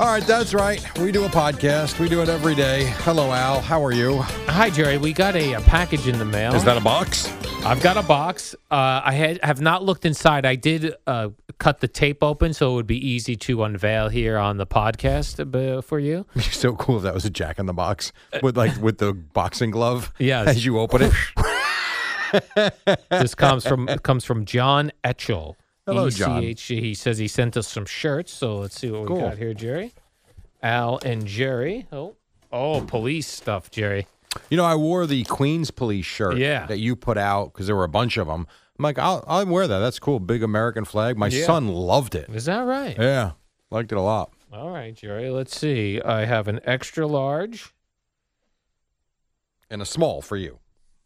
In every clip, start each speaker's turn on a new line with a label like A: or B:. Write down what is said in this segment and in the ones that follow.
A: All right, that's right. We do a podcast. We do it every day. Hello, Al. How are you?
B: Hi, Jerry. We got a, uh package in the mail.
A: Is that a box?
B: I've got a box. Uh, I had, have not looked inside. I did uh, cut the tape open, so it would be easy to unveil here on the podcast uh, for you.
A: You're so cool if that was a jack in the box with like with the boxing glove.
B: Yes.
A: As you open it.
B: This comes from comes from John Etchell. E
A: Hello, John.
B: ECH. He says he sent us some shirts, so let's see what
A: Cool.
B: we got here, Jerry. Al and Jerry. Oh, oh, police stuff, Jerry.
A: you know, I wore the Queens Police shirt
B: Yeah.
A: that you put out because there were a bunch of them. I'm like, I'll, I'll wear that. That's cool. Big American flag. My son loved it.
B: Is that right?
A: Yeah. Liked it a lot.
B: All right, Jerry. Let's see. I have an extra large.
A: And a small for you.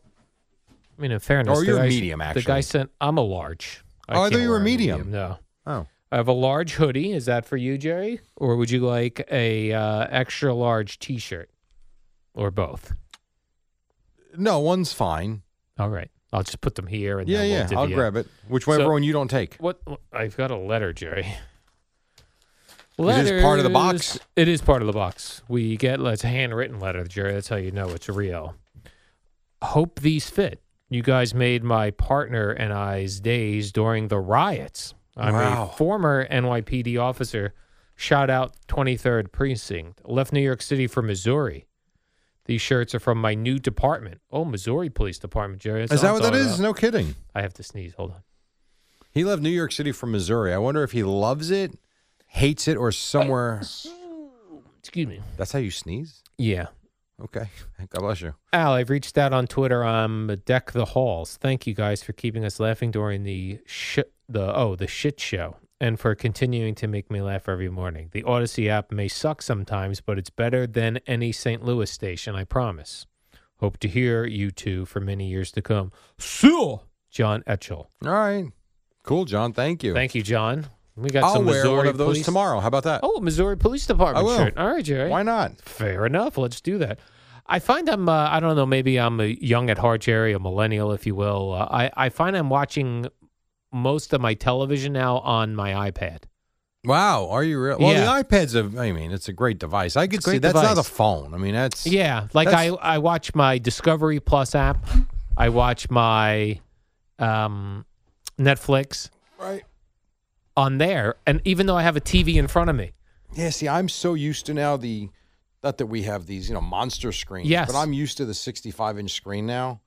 B: I mean, in fairness,
A: Or
B: the
A: Oh, you're
B: guy-
A: medium,
B: the guy
A: actually.
B: sent I'm a large.
A: Oh, I
B: can't
A: thought you were
B: wear a
A: medium.
B: No,
A: Oh.
B: I have a large hoodie. Is that for you, Jerry, or would you like a uh, extra large T-shirt, or both?
A: No, one's fine.
B: All right, I'll just put them here and
A: Yeah,
B: then we'll
A: yeah.
B: divvy
A: I'll
B: up.
A: grab it. Whichever
B: So-
A: one you don't take.
B: What I've got a letter, Jerry.
A: It is part of the box.
B: Letters. It is part of the box. We get it's a handwritten letter, Jerry. That's how you know it's real. Hope these fit. You guys made my partner and I's days during the riots. I'm
A: Wow.
B: a former NYPD officer. Shout out 23rd Precinct. Left New York City for Missouri. These shirts are from my new department. Oh, Missouri Police Department, Jerry. That's all
A: Is that
B: I
A: what that
B: thought
A: is?
B: about.
A: No kidding.
B: I have to sneeze. Hold on.
A: He left New York City from Missouri. I wonder if he loves it, hates it, or somewhere.
B: Excuse me.
A: That's how you sneeze?
B: Yeah.
A: Okay. God bless you.
B: Al, I've reached out on Twitter. Um, deck the halls. Thank you guys for keeping us laughing during the shit, the oh, the shit show, and for continuing to make me laugh every morning. The Odyssey app may suck sometimes, but it's better than any St. Louis station. I promise. Hope to hear you two for many years to come. Sure, John Etchell.
A: All right. Cool, John. Thank you.
B: Thank you, John. We got
A: I'll
B: some
A: wear
B: Missouri
A: one of those
B: police-
A: tomorrow. How about that?
B: Oh, Missouri Police Department
A: I will.
B: shirt. All right, Jerry.
A: Why not?
B: Fair enough. Let's do that. I find I'm, uh, I don't know, maybe I'm a young at heart, Jerry, a millennial, if you will. Uh, I, I find I'm watching most of my television now on my iPad.
A: Wow. Are you real? Well,
B: Yeah.
A: the iPad's a, I mean, it's a great device. I could
B: a
A: see
B: great
A: that's not a
B: device.
A: phone. I mean, that's.
B: Yeah. Like I,
A: That's-
B: I watch my Discovery Plus app, I watch my um, Netflix
A: Right.
B: on there. And even though I have a TV in front of me,
A: Yeah. See, I'm so used to now the, not that we have these, you know, monster screens.
B: Yes.
A: But I'm used to the 65 inch screen now.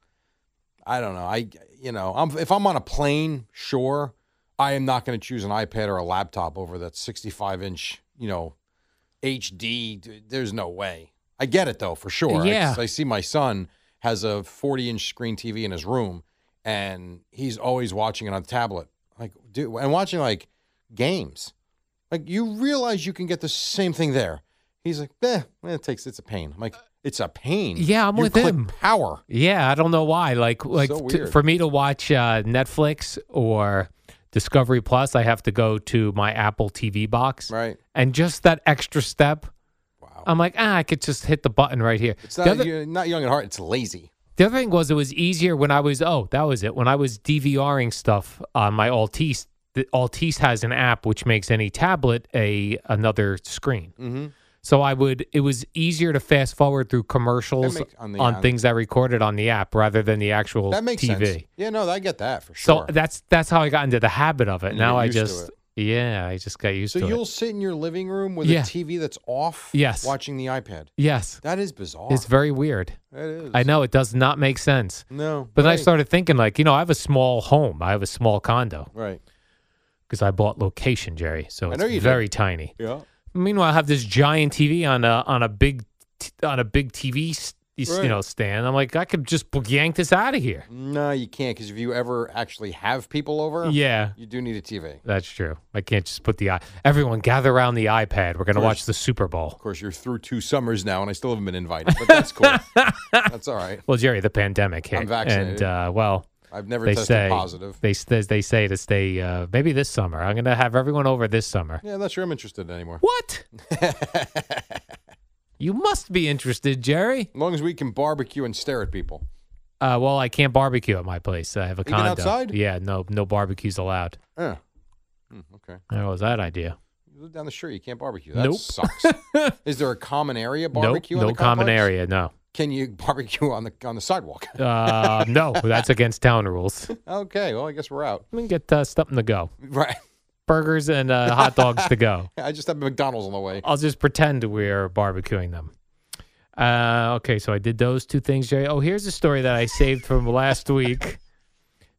A: I don't know. I, you know, I'm, if I'm on a plane, sure, I am not going to choose an iPad or a laptop over that 65 inch, you know, HD. d- There's no way. I get it though, for sure. I-
B: Yeah.
A: I, see my son has a 40 inch screen TV in his room, and he's always watching it on tablet. Like, dude, and watching like games. Like, you realize you can get the same thing there. He's like, eh, it takes, it's a pain. I'm like, it's a pain.
B: Yeah, I'm
A: You
B: with
A: click
B: him.
A: Power.
B: Yeah, I don't know why. Like, like
A: So
B: t-
A: weird.
B: for me to watch uh, Netflix or Discovery Plus, I have to go to my Apple TV box,
A: Right.
B: and just that extra step,
A: Wow.
B: I'm like, ah, I could just hit the button right here.
A: it's
B: The
A: not,
B: other-
A: you're not young at heart. It's lazy.
B: The other thing was it was easier when I was oh that was it when I was DVRing stuff on my Altice. The Altice has an app which makes any tablet a another screen.
A: Mm-hmm.
B: So I would it was easier to fast forward through commercials
A: That make- on
B: on,
A: the app.
B: things I recorded on the app rather than the actual
A: That makes
B: TV.
A: sense. Yeah, no, I get that for
B: So
A: sure.
B: that's that's how I got into the habit of it.
A: And you
B: now
A: get
B: I
A: used to
B: just yeah I just got used
A: so
B: to it.
A: you'll sit in your living room with
B: Yeah.
A: a TV that's off,
B: Yes.
A: watching the iPad.
B: Yes,
A: That is bizarre.
B: it's very weird.
A: that is.
B: I know it does not make sense.
A: No,
B: But then I
A: right,
B: started thinking like you know I have a small home I have a small condo.
A: Right.
B: because I bought location, Jerry. So
A: I
B: it's
A: know you did.
B: very tiny.
A: Yeah.
B: Meanwhile, I have this giant TV on a on a big t- on a big TV s- you s-
A: Right.
B: you know stand. I'm like, I could just b- yank this out of here.
A: No, you can't because if you ever actually have people over,
B: Yeah,
A: you do need a TV. Of
B: that's true. I can't just put the i. Everyone gather around the iPad. We're gonna watch the Super Bowl.
A: course, you're through two summers now, and I still haven't been invited, but that's cool. that's all right.
B: Well, Jerry, the pandemic hit,
A: I'm vaccinated.
B: and uh, well,
A: I've never
B: they
A: tested
B: say
A: positive.
B: they s- they they say to stay uh, maybe this summer. I'm gonna have everyone over this summer.
A: Yeah, I'm not sure I'm interested anymore.
B: What? you must be interested, Jerry.
A: As long as we can barbecue and stare at people.
B: Uh, well, I can't barbecue at my place. I have a
A: Even
B: condo.
A: outside?
B: Yeah, no, no barbecues allowed.
A: Yeah. Hmm, okay.
B: How was that idea?
A: You live down the street, you can't barbecue. That
B: Nope.
A: sucks. Is there a common area barbecue?
B: nope,
A: in
B: no
A: the
B: common
A: complex?
B: area. No,
A: Can you barbecue on the on the sidewalk?
B: uh, no, that's against town rules.
A: okay. Well, I guess we're out.
B: We can get uh, something to go,
A: Right.
B: burgers and uh, hot dogs to go.
A: I just have McDonald's on the way.
B: I'll just pretend we're barbecuing them. Uh, okay, so I did those two things, Jerry. Oh, here's a story that I saved from last week.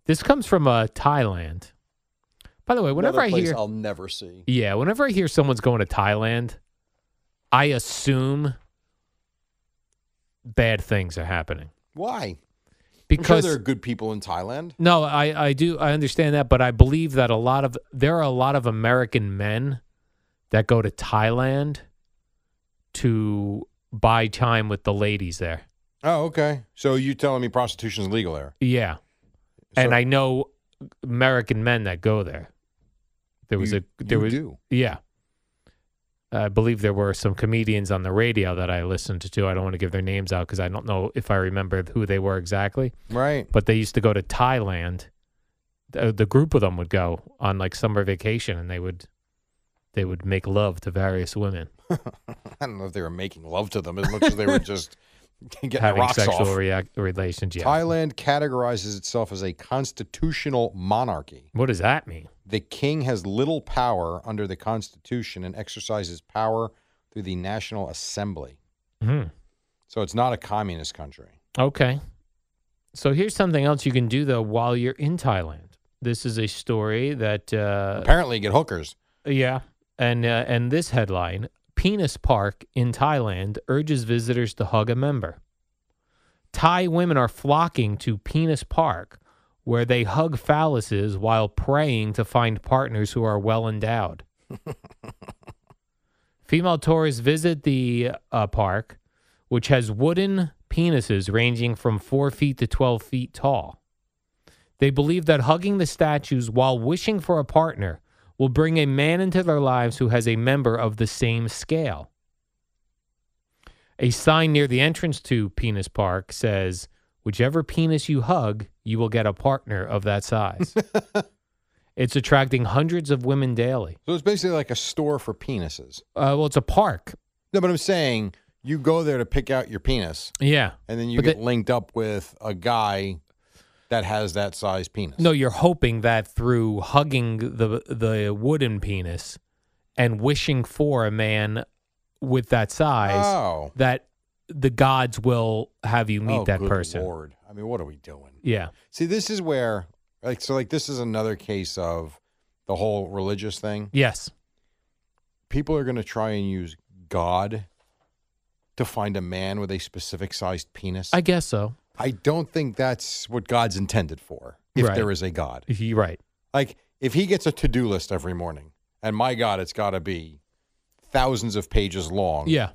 B: This comes from uh, Thailand. By the way, whenever
A: Another
B: I
A: place
B: hear
A: I'll never see.
B: Yeah, whenever I hear someone's going to Thailand, I assume bad things are happening
A: Why? I'm sure
B: because
A: there are good people in Thailand.
B: no, I I do I understand that, but I believe that a lot of there are a lot of American men that go to Thailand to buy time with the ladies there.
A: Oh, okay. So you telling me prostitution is legal there?
B: Yeah, and I know American men that go there. There was
A: You-
B: a there
A: you
B: was
A: do.
B: Yeah. I believe there were some comedians on the radio that I listened to. I don't want to give their names out because I don't know if I remember who they were exactly.
A: right.
B: But they used to go to Thailand. The, the group of them would go on like summer vacation, and they would they would make love to various women,
A: I don't know if they were making love to them as much as they were just getting their
B: having
A: rocks
B: sexual
A: off.
B: react, relations. Yeah.
A: Thailand categorizes itself as a constitutional monarchy.
B: What does that mean?
A: The king has little power under the constitution and exercises power through the National Assembly.
B: Hmm.
A: So it's not a communist country.
B: Okay. So here's something else you can do though while you're in Thailand. This is a story that uh,
A: Apparently, you get hookers.
B: Yeah, and uh, and this headline: Penis Park in Thailand urges visitors to hug a member. Thai women are flocking to Penis Park, where they hug phalluses while praying to find partners who are well endowed. Female tourists visit the uh, park, which has wooden penises ranging from four feet to twelve feet tall. They believe that hugging the statues while wishing for a partner will bring a man into their lives who has a member of the same scale. A sign near the entrance to Penis Park says, Whichever penis you hug, you will get a partner of that size. it's attracting hundreds of women daily.
A: So it's basically like a store for penises.
B: Uh, well, it's a park.
A: No, but I'm saying you go there to pick out your penis,
B: Yeah.
A: and then you
B: But
A: get
B: the-
A: linked up with a guy that has that size penis.
B: No, you're hoping that through hugging the the wooden penis and wishing for a man with that size,
A: Oh.
B: that the gods will have you meet
A: Oh,
B: that
A: good
B: person.
A: Lord. I mean, what are we doing?
B: Yeah.
A: See, this is where, like, so, like, this is another case of the whole religious thing.
B: Yes.
A: People are going to try and use God to find a man with a specific sized penis.
B: I guess so.
A: I don't think that's what God's intended for, if
B: Right.
A: there is a God.
B: You're right.
A: Like, if he gets a to do list every morning, and my God, it's got to be thousands of pages long.
B: Yeah.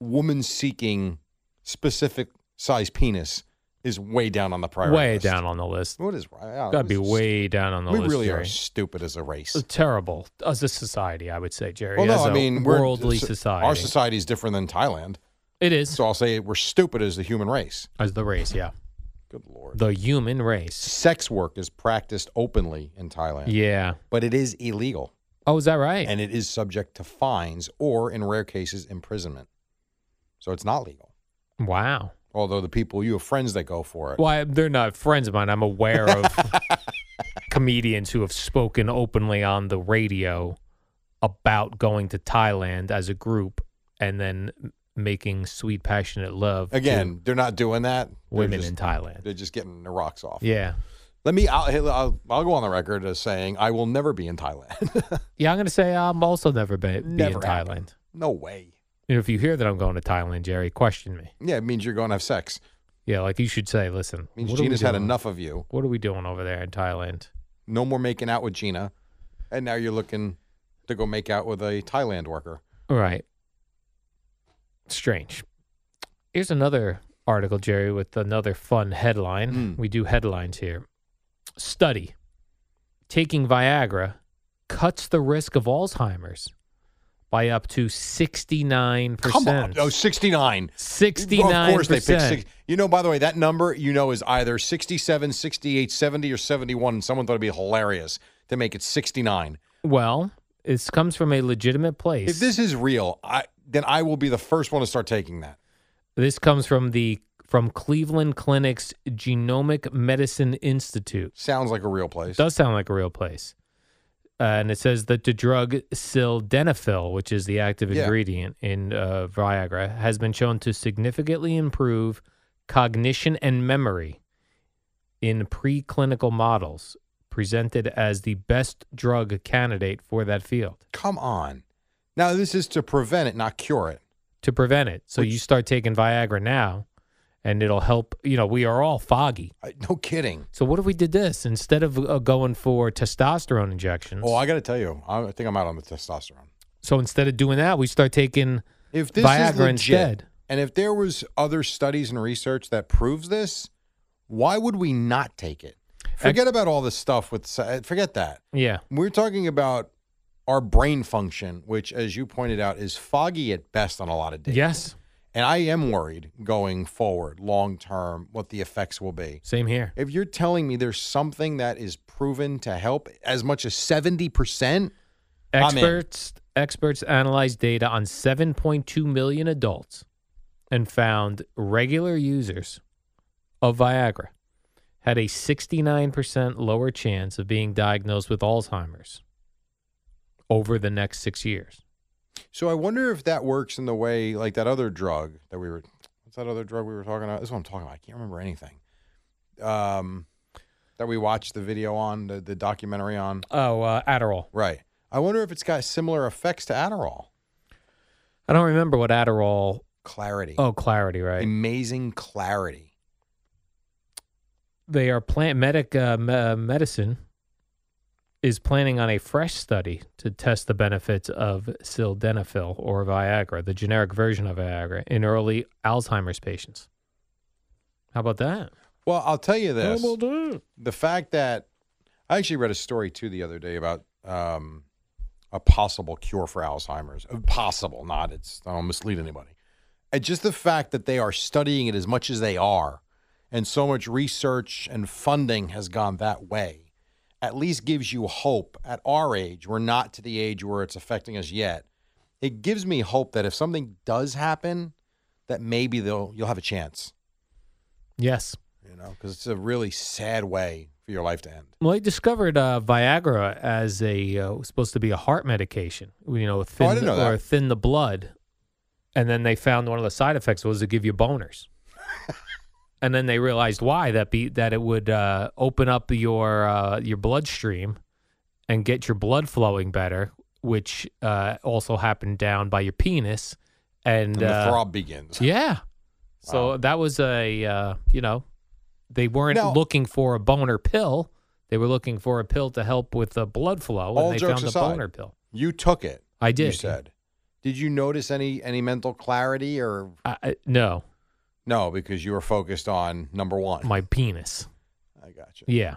A: Woman seeking specific size penis is way down on the priority
B: Way
A: list.
B: down on the list.
A: What is wow,
B: Got to be
A: this is-
B: way down on the
A: We
B: list.
A: really are
B: Jerry.
A: stupid as a race.
B: Uh, terrible as a society, I would say, Jerry.
A: Well, no,
B: as
A: I
B: a
A: mean, we're-
B: worldly
A: so-
B: society.
A: Our society is different than Thailand,
B: it is
A: so I'll say we're stupid as the human race.
B: as the race. Yeah,
A: Good lord.
B: the human race.
A: Sex work is practiced openly in Thailand,
B: Yeah.
A: but it is illegal
B: Oh, is that right?
A: and it is subject to fines or, in rare cases, imprisonment. So it's not legal.
B: wow.
A: Although the people you have friends that go for it.
B: Why they're not friends of mine. I'm aware of comedians who have spoken openly on the radio about going to Thailand as a group and then m- making sweet, passionate love to
A: Again, they're not doing that. They're
B: women
A: just-
B: in Thailand.
A: They're just getting their rocks off.
B: Yeah.
A: Let me. I'll, I'll. I'll go on the record as saying I will never be in Thailand.
B: Yeah, I'm gonna say I'm also never be, be in
A: Never happened.
B: Thailand.
A: no way.
B: You know, if you hear that I'm going to Thailand, Jerry, question me.
A: Yeah, it means you're going to have sex.
B: Yeah, like you should say, listen,
A: It means
B: what are we
A: Gina's had
B: doing?
A: enough of you.
B: What are we doing over there in Thailand?
A: No more making out with Gina, and now you're looking to go make out with a Thailand worker.
B: All right. Strange. Here's another article, Jerry, with another fun headline.
A: Mm.
B: We do headlines here. Study taking Viagra cuts the risk of Alzheimer's by up to 69%.
A: Come on, oh, 69.
B: 69%.
A: Well, of course they picked six. You know, by the way, that number you know is either 67, 68, 70, or 71. And someone thought it'd be hilarious to make it 69.
B: Well, this comes from a legitimate place.
A: If this is real, I then I will be the first one to start taking that.
B: This comes from the from Cleveland Clinic's Genomic Medicine Institute.
A: Sounds like a real place.
B: Does sound like a real place. Uh, and it says that the drug sildenafil, which is the active
A: Yeah.
B: ingredient in uh, Viagra, has been shown to significantly improve cognition and memory in preclinical models, presented as the best drug candidate for that field
A: Come on. Now this is to prevent it, not cure it.
B: to prevent it. So
A: Which-
B: you start taking Viagra now, and it'll help. You know, we are all foggy.
A: I, no kidding.
B: So what if we did this instead of uh, going for testosterone injections?
A: Oh, I got to tell you, I I think I'm out on the testosterone.
B: so instead of doing that, we start taking
A: If this is
B: Viagra
A: legit,
B: instead.
A: and if there was other studies and research that proves this, why would we not take it? Forget about all this stuff with si- forget that.
B: Yeah,
A: We're talking about our brain function, which, as you pointed out, is foggy at best on a lot of days.
B: yes,
A: And I am worried going forward, long term, what the effects will be.
B: same here.
A: If you're telling me there's something that is proven to help as much as 70%, I'm in.
B: Experts experts analyzed data on 7.2 million adults and found regular users of Viagra had a 69% lower chance of being diagnosed with Alzheimer's over the next 6 years.
A: so I wonder if that works in the way like that other drug that we were, what's that other drug we were talking about? This is what I'm talking about. I can't remember anything. Um, that we watched the video on, the, the documentary on.
B: Oh, uh, Adderall.
A: Right. I wonder if it's got similar effects to Adderall.
B: I don't remember what Adderall.
A: Clarity.
B: Oh, Clarity, right?
A: Amazing clarity.
B: they are plant medic uh, me- medicine is planning on a fresh study to test the benefits of sildenafil or Viagra, the generic version of Viagra, in early Alzheimer's patients. How about that?
A: Well, I'll tell you this.
B: that?
A: the fact that I actually read a story too the other day about um, a possible cure for Alzheimer's. Uh, Possible, not it's. I don't mislead anybody. And just the fact that they are studying it as much as they are, and so much research and funding has gone that way, at least gives you hope. At our age, we're not to the age where it's affecting us yet. It gives me hope that if something does happen, that maybe they'll you'll have a chance.
B: Yes.
A: You know, because it's a really sad way for your life to end.
B: Well, they discovered uh, Viagra as a uh, supposed to be a heart medication, you know, thin,
A: Oh, didn't know that.
B: or thin the blood, and then they found one of the side effects was to give you boners, and then they realized why that be that it would uh, open up your uh, your bloodstream and get your blood flowing better, which uh, also happened down by your penis, and,
A: and the
B: uh,
A: throb begins.
B: yeah, So
A: Wow.
B: that was a uh, you know, they weren't
A: Now-
B: looking for a boner pill. They were looking for a pill to help with the blood flow, and
A: All
B: they
A: jokes
B: found the
A: aside.
B: boner pill.
A: You took it.
B: I did.
A: You said. Did you notice any any mental clarity or
B: I, I- no,
A: no? Because you were focused on number one.
B: my penis.
A: I got you.
B: Yeah.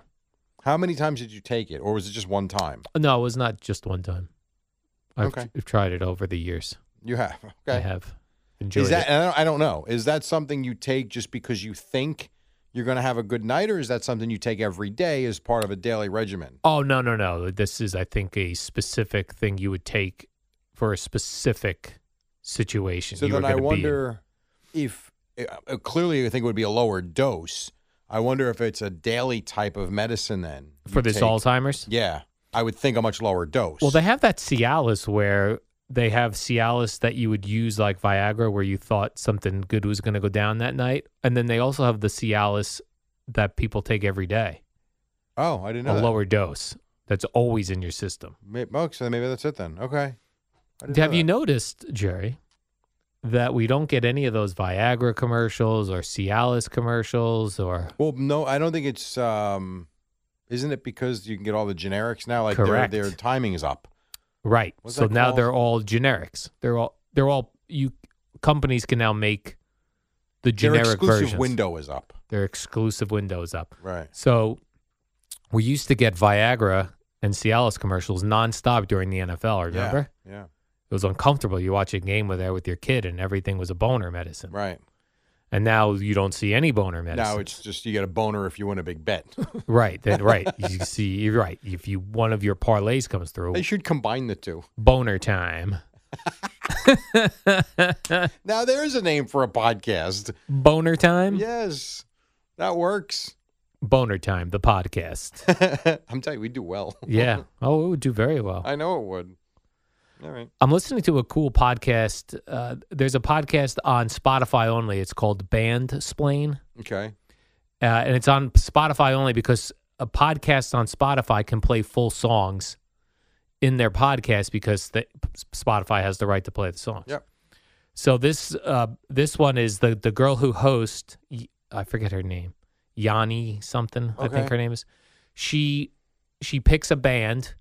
A: How many times did you take it, or was it just one time?
B: No, it was not just one time. I've,
A: Okay.
B: I've tried it over the years.
A: You have. Okay.
B: I have enjoyed
A: Is that?
B: it.
A: and I don't, I don't know. Is that something you take just because you think you're going to have a good night, or is that something you take every day as part of a daily regimen?
B: Oh no, no, no. This is, I think, a specific thing you would take for a specific situation.
A: So
B: you were
A: then I
B: gonna be in.
A: wonder if uh, clearly I think it would be a lower dose. I wonder if it's a daily type of medicine then you
B: for this
A: take.
B: Alzheimer's.
A: Yeah, I would think a much lower dose.
B: Well, they have that Cialis where they have Cialis that you would use like Viagra, where you thought something good was going to go down that night, and then they also have the Cialis that people take every day,
A: oh, I didn't know.
B: a
A: that.
B: lower dose that's always in your system.
A: Maybe, oh, so maybe that's it then. Okay. I didn't
B: Have
A: know
B: you
A: that.
B: noticed, Jerry, that we don't get any of those Viagra commercials or Cialis commercials or
A: Well, no, I don't think it's. um Isn't it because you can get all the generics now? Like their
B: Correct.
A: their timing is up.
B: right?
A: What's
B: so
A: that
B: now
A: called?
B: they're all generics. They're all they're all you companies can now make the generic
A: their exclusive
B: versions.
A: window is up.
B: Their exclusive windows up.
A: Right.
B: So we used to get Viagra and Cialis commercials nonstop during the NFL. Remember?
A: Yeah.
B: It was uncomfortable. You watch a game with there with your kid, and everything was a boner medicine.
A: yeah. Right.
B: And now you don't see any boner medicine.
A: Now it's just you get a boner if you win a big bet.
B: Right, that, right. You see, you're right. If you one of your parlays comes through,
A: they should combine the two.
B: boner time,
A: Now there is a name for a podcast.
B: boner time,
A: Yes, that works.
B: boner time. The podcast.
A: I'm telling you, we do well.
B: yeah. Oh, it would do very well.
A: I know it would. All right.
B: I'm listening to a cool podcast. Uh, there's a podcast on Spotify only. It's called Band Splain,
A: Okay.
B: uh, and it's on Spotify only because a podcast on Spotify can play full songs in their podcast because the, Spotify has the right to play the songs.
A: Yep.
B: So this uh, this one is the the girl who hosts. Y- I forget her name, Yanni something. I
A: Okay.
B: think her name is. She she picks a band,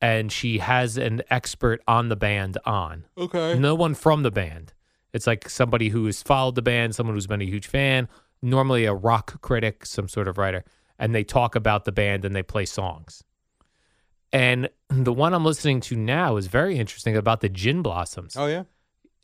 B: and she has an expert on the band on.
A: Okay.
B: No one from the band. It's like somebody who has followed the band, someone who's been a huge fan, normally a rock critic, some sort of writer, and they talk about the band and they play songs. And the one I'm listening to now is very interesting about the Gin Blossoms.
A: Oh yeah.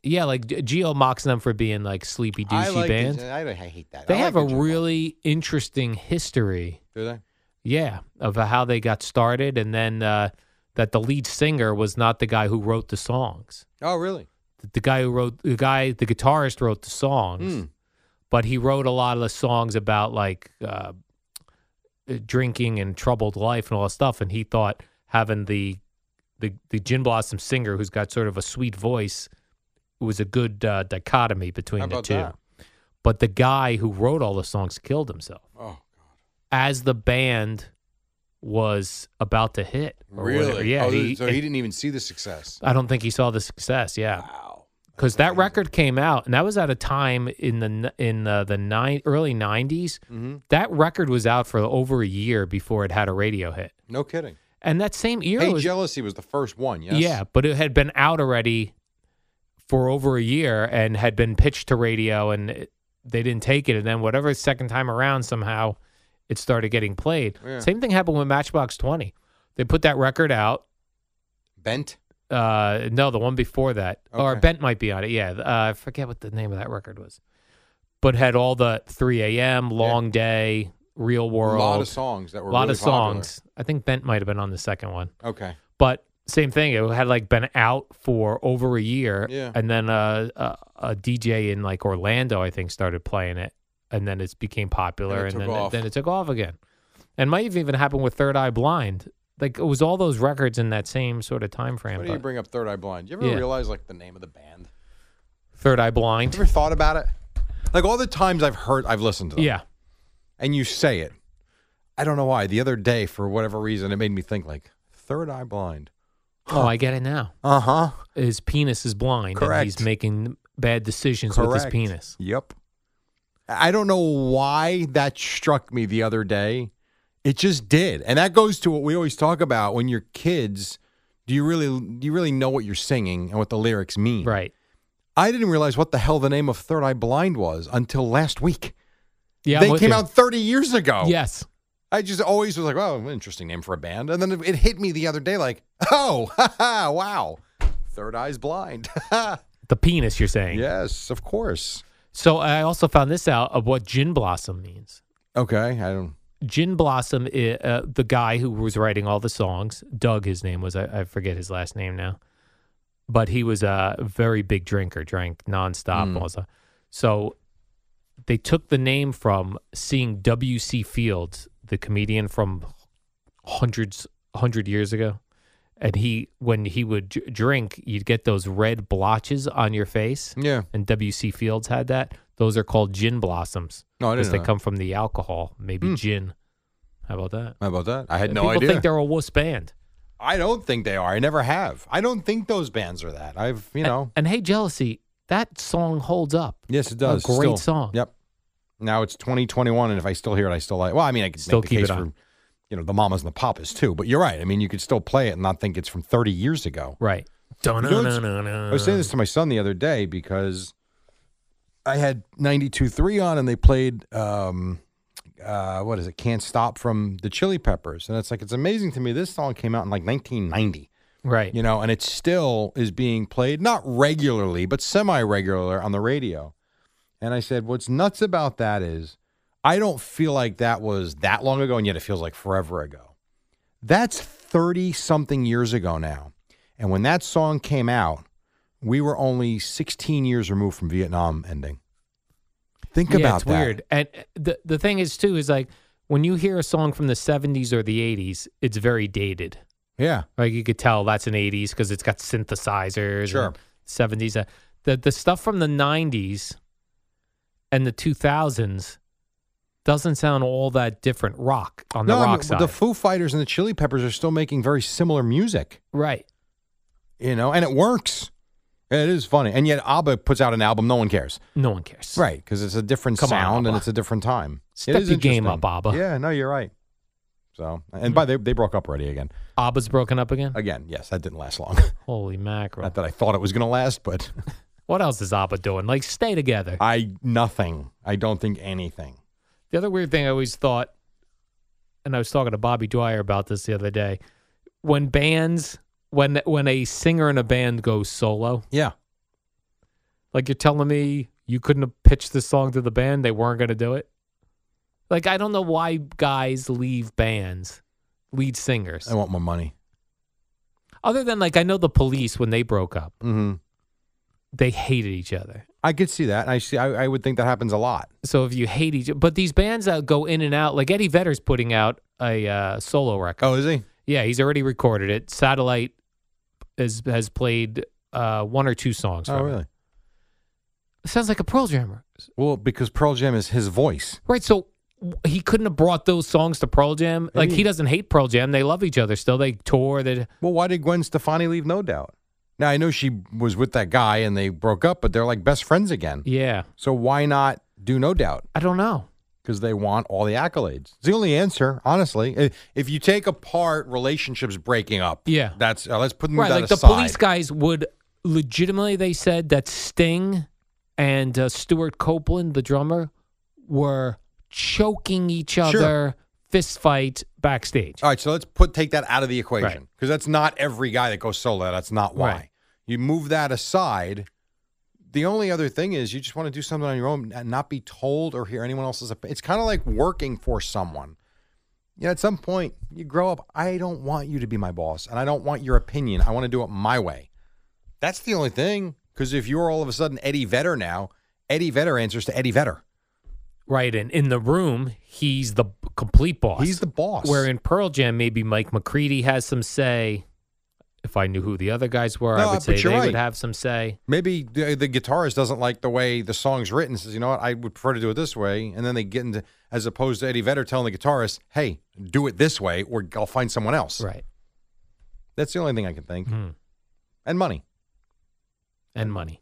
B: Yeah, like G- Geo mocks them for being like sleepy douchey
A: I like the-
B: band.
A: I, don't- I hate that.
B: They
A: I
B: have
A: like
B: a
A: the Jim
B: really interesting history.
A: Bob. Do they?
B: Yeah, of how they got started, and then uh, that the lead singer was not the guy who wrote the songs.
A: Oh really?
B: The, the guy who wrote the guy, the guitarist wrote the songs,
A: Hmm.
B: but he wrote a lot of the songs about like uh, drinking and troubled life and all that stuff. And he thought having the the the Gin Blossom singer, who's got sort of a sweet voice, was a good uh, dichotomy between
A: How
B: the
A: about
B: two.
A: that?
B: But the guy who wrote all the songs killed himself
A: Oh.
B: as the band was about to hit. or
A: Really?
B: whatever. Yeah.
A: Oh,
B: he-
A: so he didn't even see the success.
B: I don't think he saw the success. Yeah.
A: Wow.
B: Because that record came out, and that was at a time in the n- in the, the nine early '90s.
A: hmm
B: That record was out for over a year before it had a radio hit,
A: No kidding.
B: and that same year
A: Hey,
B: was
A: jealousy was the first one. Yes.
B: yeah, but it had been out already for over a year and had been pitched to radio, and it, they didn't take it. And then whatever second time around, somehow it started getting played.
A: Yeah.
B: Same thing happened with Matchbox Twenty. They put that record out.
A: Bent.
B: Uh, no, the one before that, or
A: Okay.
B: Bent might be on it. Yeah, uh, I forget what the name of that record was, but had all the 3 a.m., Long Day, Real
A: A
B: World,
A: lot of songs that were.
B: lot
A: really
B: of
A: popular.
B: songs. I think Bent might have been on the second one.
A: Okay.
B: But same thing. It had like been out for over a year,
A: Yeah.
B: and then uh, a, a DJ in like Orlando, I think, started playing it, and then it became popular,
A: And it
B: and,
A: took
B: then
A: off.
B: then it took off again. And might have even happened with Third Eye Blind. Like it was all those records in that same sort of time frame.
A: Why do you
B: but
A: bring up Third Eye Blind? You ever
B: Yeah.
A: realize like the name of the band?
B: Third Eye
A: You
B: Blind.
A: ever thought about it? Like all the times I've heard, I've listened to them.
B: Yeah,
A: And you say it. I don't know why. The other day, for whatever reason, it made me think like Third Eye Blind.
B: Oh, I get it now.
A: Uh huh.
B: His penis is blind, and he's
A: Correct.
B: making bad decisions with his penis.
A: Yep. I don't know why that struck me the other day. It just did. And that goes to what we always talk about when you're kids, do you really do you really know what you're singing and what the lyrics mean?
B: Right.
A: I didn't realize what the hell the name of Third Eye Blind was until last week.
B: Yeah.
A: they came out 30 years ago.
B: Yes.
A: I just always was like, "Well, interesting name for a band." And then it hit me the other day like, "Oh, haha, wow. Third Eye's Blind."
B: The penis, you're saying.
A: yes, of course.
B: So I also found this out of what gin blossom means.
A: Okay, I don't
B: Gin Blossom, i- uh, the guy who was writing all the songs, Doug, his name was, I, I forget his last name now, but he was a very big drinker, drank nonstop. Also. So they took the name from seeing W.C. Fields, the comedian from hundreds, hundred years ago. And he, when he would d- drink, you'd get those red blotches on your face.
A: Yeah.
B: And W.C. Fields had that. Those are called gin blossoms.
A: No, I
B: Because
A: didn't.
B: they
A: know that.
B: come from the alcohol, maybe gin. How about that?
A: How about that? I had no
B: People
A: idea.
B: think they're a wuss band.
A: I don't think they are. I never have. I don't think those bands are that. I've, you
B: And-
A: know.
B: And, hey, jealousy, that song holds up.
A: yes, it
B: does.
A: does.
B: a great Still. song.
A: Yep. Now it's 2021, and if I still hear it, I still like. Well, I mean, I could
B: Still
A: make the
B: keep
A: case
B: it on.
A: for, you know, the Mamas and the Papas too. But you're right. I mean, you could still play it and not think it's from 30 years ago.
B: Right.
A: I was saying this to my son the other day because I had 92.3 on and they played, um, uh, what is it, Can't Stop from the Chili Peppers. And it's like, it's amazing to me. This song came out in like 1990.
B: Right.
A: you know, and it still is being played, not regularly, but semi regular on the radio. And I said, What's nuts about that is I don't feel like that was that long ago, and yet it feels like forever ago. That's 30 something years ago now. And when that song came out, we were only 16 years removed from Vietnam ending. Think
B: yeah,
A: about
B: it's
A: that.
B: weird. And uh, the, the thing is, too, is like when you hear a song from the 70s or the 80s, it's very dated.
A: Yeah.
B: Like you could tell that's an 80s because it's got synthesizers. and
A: Sure.
B: 70s. uh, The, the stuff from the 90s and the 2000s doesn't sound all that different rock on the
A: no, I
B: rock
A: mean,
B: side.
A: the Foo Fighters and the Chili Peppers are still making very similar music.
B: right.
A: you know, and it works. It is funny, and yet ABBA puts out an album no one cares,
B: No one cares.
A: right? Because it's a different
B: Come on,
A: sound and
B: ABBA.
A: it's a different time. It
B: Step
A: is
B: your game
A: interesting.
B: up, ABBA. Mm.
A: Yeah, no, you're right. So, and by they they broke up already again.
B: ABBA's broken up again.
A: Again, yes, that didn't last long.
B: Holy mackerel.
A: Not that I thought it was going to last, but
B: What else is ABBA doing? Like, stay together.
A: I nothing. I don't think anything.
B: The other weird thing I always thought, and I was talking to Bobby Dwyer about this the other day, when bands, when when a singer in a band goes solo,
A: Yeah,
B: like you're telling me you couldn't have pitched this song to the band, they weren't going to do it. Like I don't know why guys leave bands, lead singers.
A: I want more money.
B: Other than like I know the Police when they broke up,
A: hmm
B: they hated each other.
A: I could see that. I see. I, I would think that happens a lot.
B: So if you hate each, but these bands that go in and out, like Eddie Vedder's putting out a uh, solo record.
A: Oh, is he?
B: Yeah, he's already recorded it. Satellite is, has played uh, one or two songs.
A: Oh,
B: from
A: really?
B: It. Sounds like a Pearl Jammer,
A: Well, because Pearl Jam is his voice.
B: right? So w- he couldn't have brought those songs to Pearl Jam. Like he
A: Maybe.
B: doesn't hate Pearl Jam. They love each other still. They tour. They
A: Well, why did Gwen Stefani leave No Doubt? Now I know she was with that guy and they broke up, but they're like best friends again.
B: yeah.
A: So why not do No Doubt?
B: I don't know.
A: Because they want all the accolades. It's the only answer, honestly. I- If you take apart relationships breaking up,
B: Yeah.
A: that's uh, let's put
B: Right,
A: that
B: like the
A: aside.
B: police guys would legitimately. They said that Sting and uh, Stuart Copeland, the drummer, were choking each other, fist fight backstage.
A: All right, so let's put take that out of the equation
B: Right.
A: because that's not every guy that goes solo. That's not why.
B: Right.
A: You move that aside. The only other thing is you just want to do something on your own and not be told or hear anyone else's opinion. It's kind of like working for someone. You know, at some point you grow up. I don't want you to be my boss, and I don't want your opinion. I want to do it my way. That's the only thing. Because if you're all of a sudden Eddie Vedder now, Eddie Vedder answers to Eddie Vedder.
B: Right, and in the room, he's the b- complete boss.
A: He's the boss.
B: Where in Pearl Jam, maybe Mike McCready has some say. If I knew who the other guys were,
A: No,
B: I would
A: but
B: say they
A: you're
B: would
A: right.
B: have some say.
A: Maybe the, the guitarist doesn't like the way the song's written. Says, you know what, I would prefer to do it this way. And then they get into, as opposed to Eddie Vedder telling the guitarist, hey, do it this way, or I'll find someone else.
B: Right, Mm-hmm.
A: That's the only thing I can think.
B: Hmm.
A: And money.
B: and money.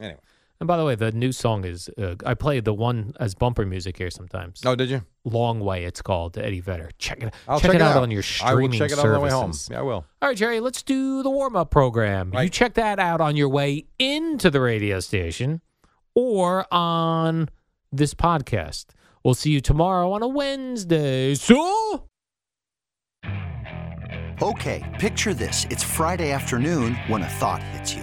A: Anyway,
B: And by the way, the new song is uh, I play the one as bumper music here sometimes.
A: Oh, did you?
B: Long way, it's called Eddie Vedder. Check it.
A: I'll
B: check,
A: check
B: it
A: it
B: out,
A: out.
B: on your
A: I will
B: streaming
A: check it
B: services.
A: out on the way home. Yeah, I will.
B: All right, Jerry, let's do the warm up program. You
A: Right.
B: check that out on your way into the radio station or on this podcast. We'll see you tomorrow on a Wednesday. So.
C: Okay, picture this. It's Friday afternoon when a thought hits you.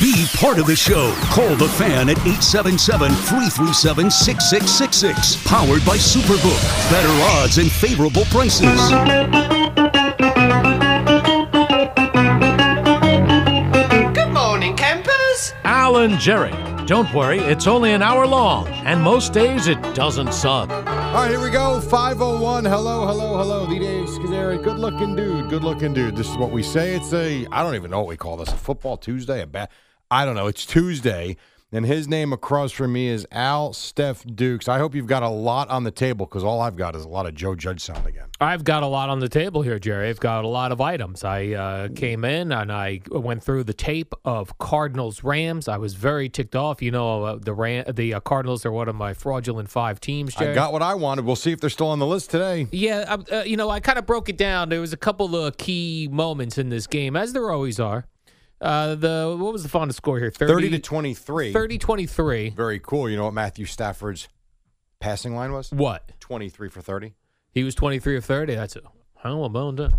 D: Be part of the show. Call the fan at 877 337 6666. Powered by Superbook. Better odds and favorable prices.
E: Alan Jerry. Don't worry, it's only an hour long, and most days it doesn't suck.
A: All right, here we go. 501. Hello, hello, hello. The Dave Scazzeri. Good looking dude. Good looking dude. This is what we say. It's a, I don't even know what we call this. A football Tuesday? A bat? I don't know. It's Tuesday. And his name across from me is Al Steph Dukes. I hope you've got a lot on the table because all I've got is a lot of Joe Judge sound again.
B: I've got a lot on the table here, Jerry. I've got a lot of items. I uh, came in and I went through the tape of Cardinals Rams. I was very ticked off. You know, uh, the Ram- the uh, Cardinals are one of my fraudulent five teams, Jerry.
A: I got what I wanted. We'll see if they're still on the list today.
B: yeah, I, uh, you know, I kind of broke it down. There was a couple of key moments in this game, as there always are. Uh, the what was the final score here? 30,
A: 30 to 23.
B: 30-23.
A: Very cool. You know what Matthew Stafford's passing line was?
B: What?
A: 23 for 30.
B: He was 23 of 30. That's a hell of a bone done.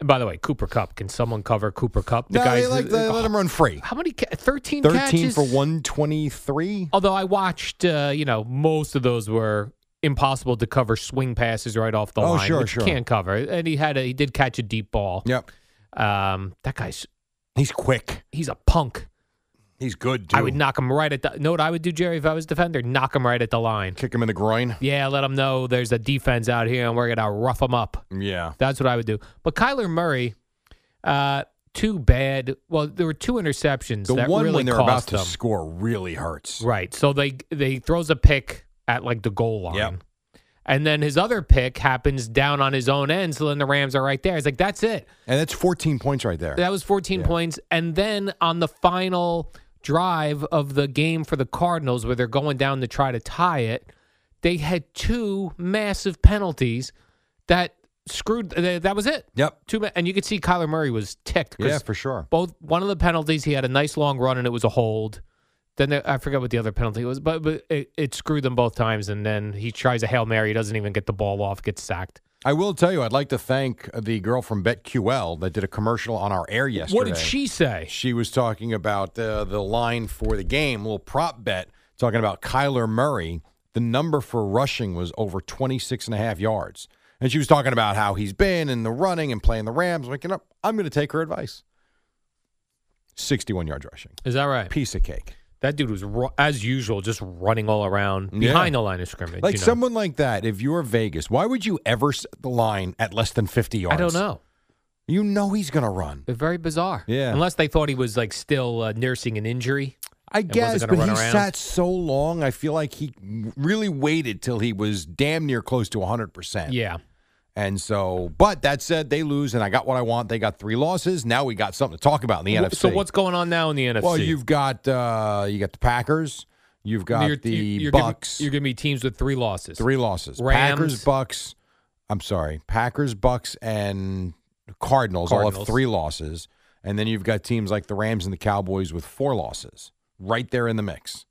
B: And by the way, Cooper Cup. Can someone cover Cooper Cup?
A: The no, they
B: guy's-
A: like, they let him run free.
B: How many? Ca- Thirteen.
A: 13
B: catches?
A: for 123.
B: Although I watched, uh, you know, most of those were impossible to cover swing passes right off the
A: Oh,
B: line.
A: sure,
B: which you
A: sure.
B: Can't cover, and he had a, he did catch a deep ball.
A: Yep.
B: Um, that guy's
A: He's quick.
B: he's a punk.
A: He's good,
B: I would knock him right at the. Know what I would do, Jerry, if I was defender? Knock him right at the line.
A: kick him in the groin.
B: Yeah, let him know there's a defense out here, and we're gonna rough him up.
A: Yeah.
B: That's what I would do. But Kyler Murray, uh, too bad. Well, there were two interceptions.
A: The
B: that
A: one
B: really
A: when they're about
B: cost
A: to
B: them.
A: score really hurts.
B: Right. So they they throws a pick at like the goal line.
A: Yep.
B: And then his other pick happens down on his own end, so then the Rams are right there. It's like that's it.
A: And that's 14 points right there.
B: That was 14
A: Yeah.
B: points. And then on the final drive of the game for the Cardinals, where they're going down to try to tie it, they had two massive penalties that screwed. That that was it.
A: Yep.
B: Two, ma- and you could see Kyler Murray was ticked. 'cause
A: Yeah, for sure.
B: both one of the penalties he had a nice long run and it was a hold then there, i forget what the other penalty was but, but it, it screwed them both times and then he tries a hail mary he doesn't even get the ball off gets sacked
A: I will tell you, I'd like to thank the girl from BetQL that did a commercial on our air yesterday.
B: what did she say
A: She was talking about uh, the line for the game, little prop bet, talking about Kyler Murray. The number for rushing was over 26 and a half yards. And she was talking about how he's been in the running and playing the Rams. Like, you know, I'm going to take her advice. 61 yard rushing.
B: is that right
A: Piece of cake.
B: that dude was ru- as usual just running all around
A: Yeah.
B: behind the line of scrimmage
A: Like
B: you know.
A: someone like that, if you're Vegas, why would you ever set the line at less than 50 yards?
B: i don't know
A: You know he's going to run.
B: they're very bizarre
A: Yeah.
B: unless they thought he was like still uh, nursing an injury
A: I
B: wasn't
A: guess,
B: gonna
A: but he
B: run around.
A: sat so long. I feel like he really waited till he was damn near close to 100%.
B: yeah
A: And so, but that said, they lose, and I got what I want. They got three losses. Now we got something to talk about in the NFC.
B: so what's going on now in the nfc
A: well? You've got uh, you got the Packers. You've got
B: You're-
A: the
B: you're- you're giving-
A: Bucks.
B: you're gonna be teams with three losses
A: three losses.
B: Rams.
A: Packers, Bucks. I'm sorry, Packers, Bucks, and Cardinals, all have
B: Cardinals.
A: three losses. And then you've got teams like the Rams and the Cowboys with four losses, right there in the mix.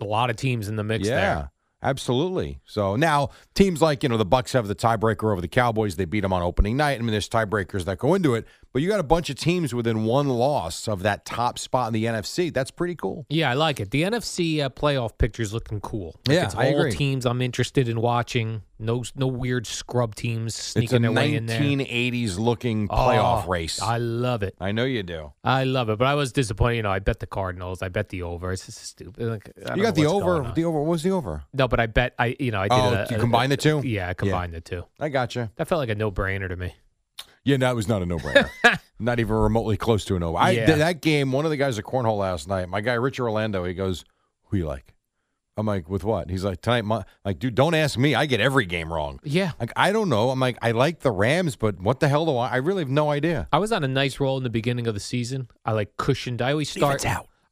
B: a lot of teams in the mix
A: yeah.
B: there
A: Absolutely. So now teams like you know the Bucks have the tiebreaker over the Cowboys. They beat them on opening night. I mean, there's tiebreakers that go into it, But you got a bunch of teams within one loss of that top spot in the NFC. That's pretty cool.
B: Yeah, I like it. The NFC uh, playoff picture is looking cool. Like,
A: Yeah,
B: it's all
A: I agree.
B: teams I'm interested in watching. No, no weird scrub teams
A: It's a
B: sneaking their way in there.
A: 1980s looking playoff
B: Oh,
A: race.
B: I
A: I,
B: love it.
A: know you do.
B: I love it. But I was disappointed. You know, I bet the Cardinals. I bet the over. It's just stupid. Like, I don't
A: You got
B: know
A: the
B: what's going
A: over.
B: on.
A: The over. What was the over?
B: no, but I bet I. You know, I did.
A: Oh,
B: a-
A: you
B: a-
A: combine the two?
B: Yeah, I combined the two.
A: I got you.
B: That felt like a no-brainer to me.
A: Yeah, that was not a no-brainer. not even remotely close to a no. I
B: Yeah.
A: that game. One of the guys at cornhole last night. My guy Richard Orlando. He goes, "Who you like?" I'm like, "With what?" He's like, "Tonight, my like, dude, don't ask me. I get every game wrong.
B: Yeah.
A: Like, I don't know. I'm like, I like the Rams, but what the hell do I? I really have no idea.
B: I was on a nice roll in the beginning of the season. I like cushioned. I always start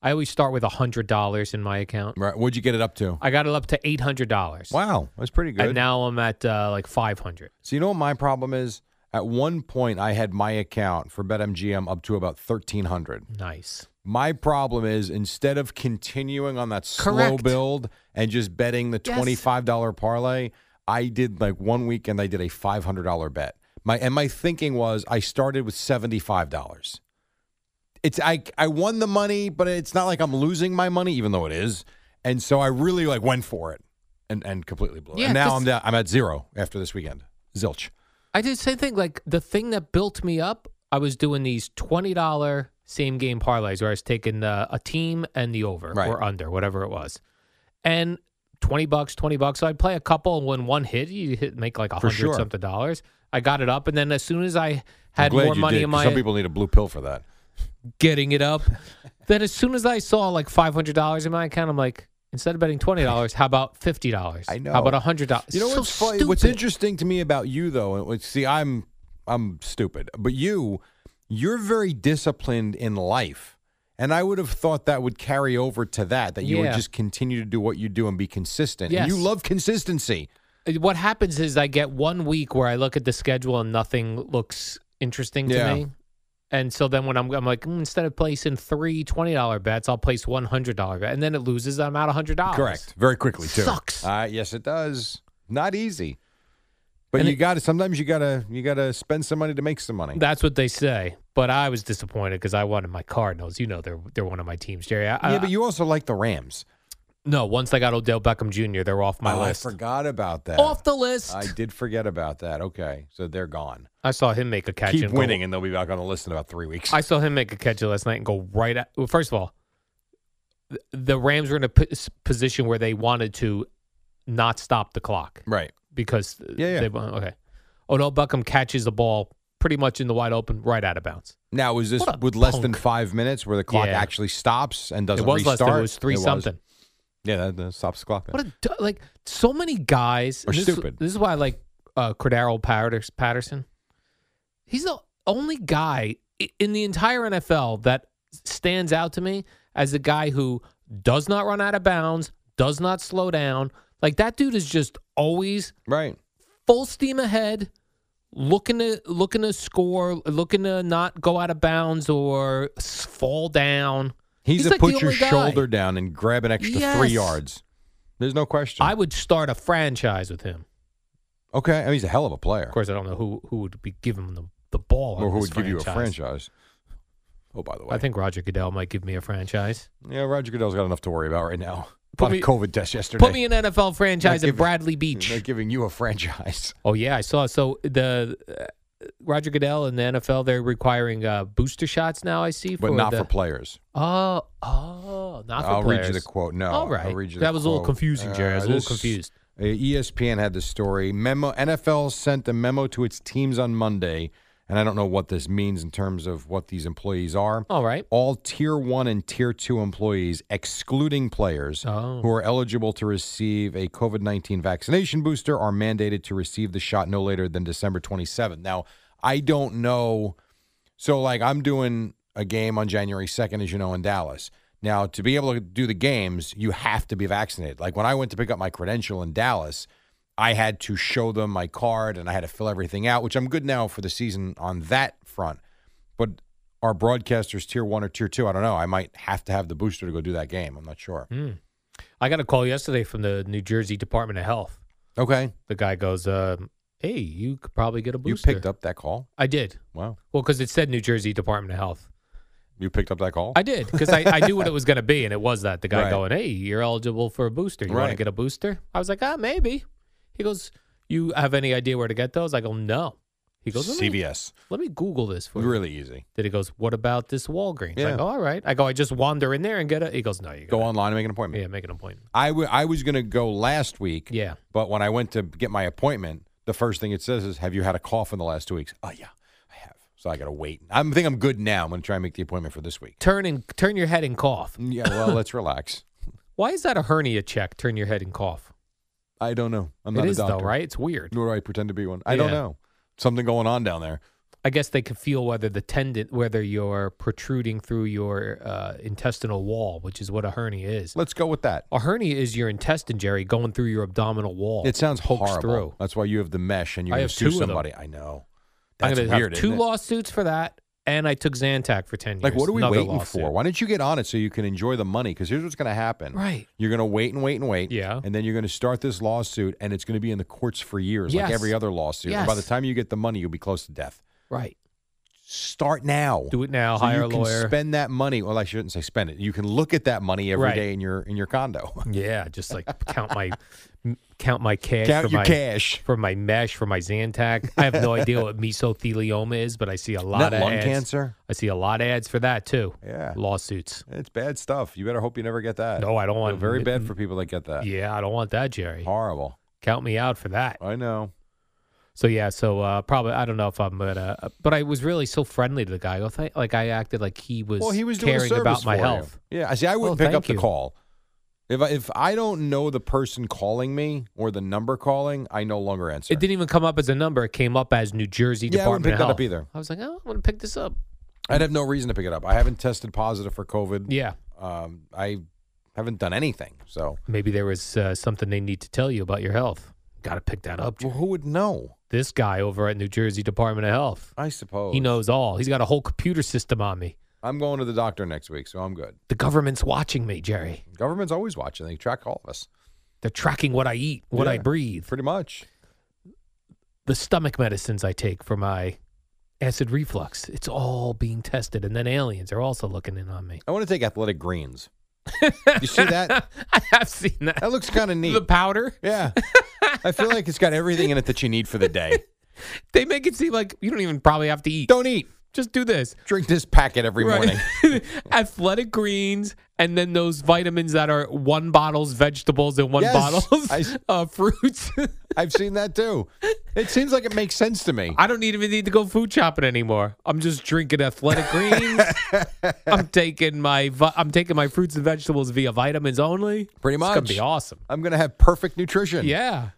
B: I always start with hundred dollars in my account.
A: Right? What'd you get it up to?
B: I got it up to eight hundred dollars.
A: Wow, that's pretty good.
B: And now I'm at uh, like five hundred.
A: so you know what my problem is? At one point, I had my account for BetMGM up to about thirteen hundred.
B: Nice.
A: My problem is instead of continuing on that slow
B: Correct.
A: build and just betting the
B: Yes.
A: twenty-five dollar parlay, I did like one weekend I did a five hundred dollar bet. My and my thinking was I started with seventy-five dollars. It's I I won the money, but it's not like I'm losing my money, even though it is. And so I really like went for it and and completely blew it.
B: Yeah,
A: and now
B: this-
A: I'm down, I'm at zero after this weekend. Zilch.
B: I did the same thing. Like the thing that built me up, I was doing these twenty dollar same game parlays where I was taking the, a team and the over
A: Right.
B: or under, whatever it was, and twenty bucks, twenty bucks. So I'd play a couple, and when one hit, you hit make like a
A: For
B: hundred
A: sure.
B: something dollars. I got it up, and then as soon as I
A: I'm
B: had
A: glad
B: more
A: you
B: money
A: did,
B: in
A: 'cause
B: my
A: Some people need a blue pill for that.
B: getting it up. then as soon as I saw like five hundred dollars in my account, I'm like, instead of betting twenty dollars, how about fifty dollars?
A: I know.
B: How about hundred dollars?
A: You know
B: so
A: what's funny? What's
B: stupid.
A: interesting to me about you though, and what- see, I'm I'm stupid, but you, you're very disciplined in life, and I would have thought that would carry over to that, that you would
B: Yeah.
A: just continue to do what you do and be consistent. And you
B: Yes.
A: love consistency.
B: what happens is I get one week where I look at the schedule and nothing looks interesting to
A: Yeah.
B: me. And so then when I'm, I'm like, "Mm, instead of placing three $20 bets, I'll place one $100 bet. And then it loses. I'm out $100.
A: Correct. Very quickly too.
B: Sucks.
A: Uh, yes, it does. Not easy. But
B: And
A: you
B: it-
A: got to sometimes you got to you got to spend some money to make some money.
B: That's what they say. But I was disappointed because I wanted my Cardinals. You know, they're they're one of my teams, Jerry. I,
A: yeah,
B: I-
A: but you also like the Rams.
B: no, once I got Odell Beckham Jr., they're off my
A: Oh,
B: list.
A: I forgot about that.
B: Off the list.
A: I did forget about that. Okay, so they're gone.
B: I saw him make a catch.
A: Keep
B: and go-
A: winning, and they'll be back on the list in about three weeks.
B: I saw him make a catch last night and go right at. Well, first of all, th- the Rams were in a p- s- position where they wanted to not stop the clock
A: right.
B: because
A: Yeah, yeah.
B: they won- okay. Odell Beckham catches the ball pretty much in the wide open, right out of bounds.
A: Now, is this
B: What a
A: with less than
B: punk.
A: five minutes where the clock
B: Yeah.
A: actually stops and doesn't
B: it was
A: restart?
B: less than it was three something.
A: Yeah, that, that stops the clock. then.
B: What a du- like so many guys
A: Or
B: and this,
A: stupid.
B: This is why I like uh, Cordero Patters- Patterson. He's the only guy i- in the entire NFL that stands out to me as a guy who does not run out of bounds, does not slow down. Like that dude is just always
A: right.
B: full steam ahead, looking to looking to score, looking to not go out of bounds or s- fall down.
A: He's,
B: He's
A: a
B: like the
A: put your
B: only guy.
A: shoulder down and grab an extra three
B: Yes.
A: yards. There's no question.
B: I would start a franchise with him.
A: okay, I mean, he's a hell of a player.
B: Of course, I don't know who who would be giving him the, the ball.
A: or
B: on
A: who
B: this
A: would give you a franchise? Oh, by the way,
B: I think Roger Goodell might give me a franchise.
A: yeah, Roger Goodell's got enough to worry about right now.
B: Put
A: Put
B: me-
A: me COVID test yesterday.
B: Put me an NFL franchise
A: Not
B: at
A: give-
B: Bradley
A: They're
B: Beach.
A: giving you a franchise.
B: Oh yeah, I saw. So the uh, Roger Goodell and the NFL they're requiring uh, booster shots now. I see,
A: But not
B: the-
A: for players.
B: Oh, oh, not for
A: I'll
B: players.
A: read you the quote. No,
B: All
A: I'll
B: right.
A: read you the
B: that was a little
A: quote.
B: confusing, Jerry. I was
A: Uh,
B: a little
A: this-
B: confused.
A: Uh, ESPN had the story. Memo NFL sent a memo to its teams on Monday, and I don't know what this means in terms of what these employees are.
B: All right.
A: All tier one and tier two employees, excluding players
B: Oh.
A: who are eligible to receive a COVID 19 vaccination booster, are mandated to receive the shot no later than December 27th. Now, I don't know. So, like, I'm doing a game on January 2nd, as you know, in Dallas. Now, to be able to do the games, you have to be vaccinated. Like, when I went to pick up my credential in Dallas, I had to show them my card and I had to fill everything out, which I'm good now for the season on that front. But are broadcasters tier one or tier two? I don't know. I might have to have the booster to go do that game. I'm not sure.
B: Hmm. I got a call yesterday from the New Jersey Department of Health.
A: Okay.
B: The guy goes, uh, hey, you could probably get a
A: You
B: booster.
A: picked up that call.
B: I did.
A: Wow.
B: Well, because it said New Jersey Department of Health.
A: You picked up that call.
B: I did because I, I knew what it was going to be, and it was that the guy
A: Right.
B: going, "Hey, you're eligible for a booster. You want to
A: Right.
B: get a booster?" I was like, "Ah, maybe." He goes, "You have any idea where to get those?" I go, "No." He goes, let me,
A: CVS.
B: Let me Google this for you."
A: Really easy.
B: Then he goes, "What about this Walgreens?" I
A: Yeah.
B: go, "All right." I go, "I just wander in there and get it." He goes, "No, you
A: Go
B: gotta-
A: online and make an appointment.
B: Yeah, make an appointment.
A: I wa- I was going to go last week.
B: Yeah.
A: But when I went to get my appointment, the first thing it says is, "Have you had a cough in the last two weeks?" Oh yeah, I have. So I got to wait. I'm think I'm good now. I'm going to try and make the appointment for this week.
B: Turn and turn your head and cough.
A: Yeah. Well, let's relax.
B: Why is that a hernia check? Turn your head and cough.
A: I don't know. I'm
B: It
A: not
B: is,
A: a doctor,
B: though, right? It's weird.
A: Nor do I pretend to be one. I don't
B: Yeah.
A: know. Something going on down there.
B: I guess they could feel whether the tendon, whether you're protruding through your uh, intestinal wall, which is what a hernia is.
A: Let's go with that.
B: A hernia is your intestine, Jerry, going through your abdominal wall.
A: It sounds
B: Pokes
A: horrible.
B: through.
A: That's why you have the mesh and you
B: I
A: are
B: have
A: going to sue
B: two of them.
A: somebody. I know.
B: I'm
A: That's
B: gonna
A: weird.
B: Have 2
A: isn't it?
B: lawsuits for that, and I took Zantac for ten years.
A: Like, what are we
B: Another
A: waiting
B: lawsuit.
A: for? Why don't you get on it so you can enjoy the money? Because here's what's going to happen.
B: Right.
A: You're going to wait and wait and wait.
B: Yeah.
A: And then you're going to start this lawsuit, and it's going to be in the courts for years,
B: Yes.
A: like every other lawsuit. And by the
B: Yes.
A: time you get the money, you'll be close to death.
B: Right.
A: Start now.
B: Do it now.
A: So
B: hire
A: you
B: a
A: can
B: lawyer.
A: Spend that money. Well, I shouldn't say spend it. You can look at that money every day
B: Right.
A: in your in your condo.
B: yeah, just like count my m- count my cash.
A: Count
B: for
A: your
B: my,
A: cash.
B: For my mesh, for my Zantac. I have no idea what mesothelioma is, but I see a lot
A: Not
B: of
A: lung
B: ads.
A: cancer.
B: I see a lot of ads for that too.
A: Yeah.
B: Lawsuits.
A: It's bad stuff. You better hope you never get that.
B: No, I don't
A: Feel
B: want-
A: Very bad for people that get that.
B: Oh, Yeah, I don't want that, Jerry.
A: Horrible.
B: Count me out for that.
A: I know.
B: So yeah, so uh, probably I don't know if I'm gonna, uh, but I was really so friendly to the guy. I thought- Like I acted like he was,
A: Well, he was doing a
B: caring
A: service
B: about my
A: for you.
B: health.
A: Yeah, I see. I
B: Well,
A: wouldn't pick
B: thank
A: up
B: you.
A: the call if I, if I don't know the person calling me or the number calling. I no longer answer.
B: It didn't even come up as a number. It came up as New Jersey
A: Yeah, I wouldn't
B: Department
A: pick
B: of
A: that
B: Health.
A: up either.
B: I was like, oh, I'm gonna pick this up.
A: I'd have no reason to pick it up. I haven't tested positive for COVID.
B: Yeah,
A: Um, I haven't done anything. So,
B: maybe there was uh, something they need to tell you about your health. Got to pick that up.
A: well,
B: Jerry.
A: who would know?
B: This guy over at New Jersey Department of Health,
A: I suppose
B: he knows all. He's got a whole computer system on me.
A: I'm going to the doctor next week, so I'm good.
B: The government's watching me, Jerry.
A: Government's always watching. They track all of us,
B: They're tracking what I eat, what I
A: Yeah.
B: breathe.
A: pretty much.
B: the stomach medicines I take for my acid reflux. It's all being tested. And then aliens are also looking in on me.
A: I want to take athletic greens. you see that?
B: I have seen that.
A: That looks kind of neat.
B: The powder.
A: Yeah. I feel like it's got everything in it that you need for the day.
B: They make it seem like you don't even probably have to eat.
A: Don't eat.
B: Just do this.
A: Drink this packet every morning.
B: Athletic greens and then those vitamins that are one bottle's vegetables and one
A: Yes,
B: bottle's
A: I s-
B: uh, fruits.
A: I've seen that too. It seems like it makes sense to me.
B: I don't need- even need to go food shopping anymore. I'm just drinking athletic greens. I'm taking my vi- I'm taking my fruits and vegetables via vitamins only.
A: Pretty
B: It's gonna
A: much.
B: be awesome.
A: I'm gonna have perfect nutrition.
B: Yeah,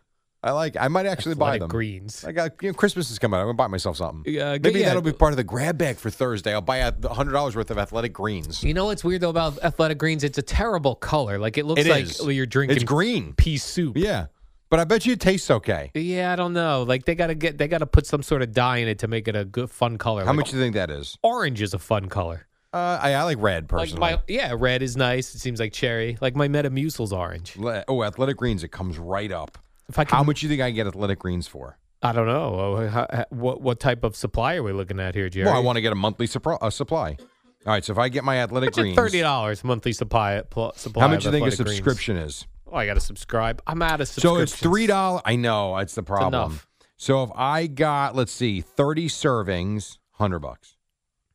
A: I like. I might actually buy
B: athletic
A: them.
B: greens.
A: I got you know, Christmas is coming. I'm gonna buy myself something.
B: Yeah, g-
A: Maybe
B: yeah.
A: that'll be part of the grab bag for Thursday. I'll buy a hundred dollars worth of athletic greens.
B: You know what's weird though about athletic greens? It's a terrible color. Like it looks
A: It
B: like
A: is.
B: you're drinking
A: It's green.
B: pea soup.
A: Yeah, but I bet you it tastes okay.
B: Yeah, I don't know. Like they gotta get they gotta put some sort of dye in it to make it a good fun color.
A: How
B: Like,
A: much do you think that is?
B: Orange is a fun color.
A: Uh, I, I like red personally.
B: Like my yeah, red is nice. It seems like cherry. Like my Metamucil's orange.
A: Le- oh, athletic greens! It comes right up.
B: If I can,
A: How much do you think I can get athletic greens for?
B: I don't know. Oh, how- how- What what type of supply are we looking at here, Jerry?
A: Well, I want to get a monthly supro- uh, supply. All right, so if I get my athletic
B: Put your
A: greens,
B: thirty dollars monthly supply. Pl- supply
A: how much
B: of
A: do you think a
B: Athletic Greens.
A: subscription is?
B: Oh, I got to subscribe. I'm out of
A: So
B: subscriptions.
A: it's three dollars. I know it's the problem.
B: enough.
A: so if I got, let's see, thirty servings, hundred bucks,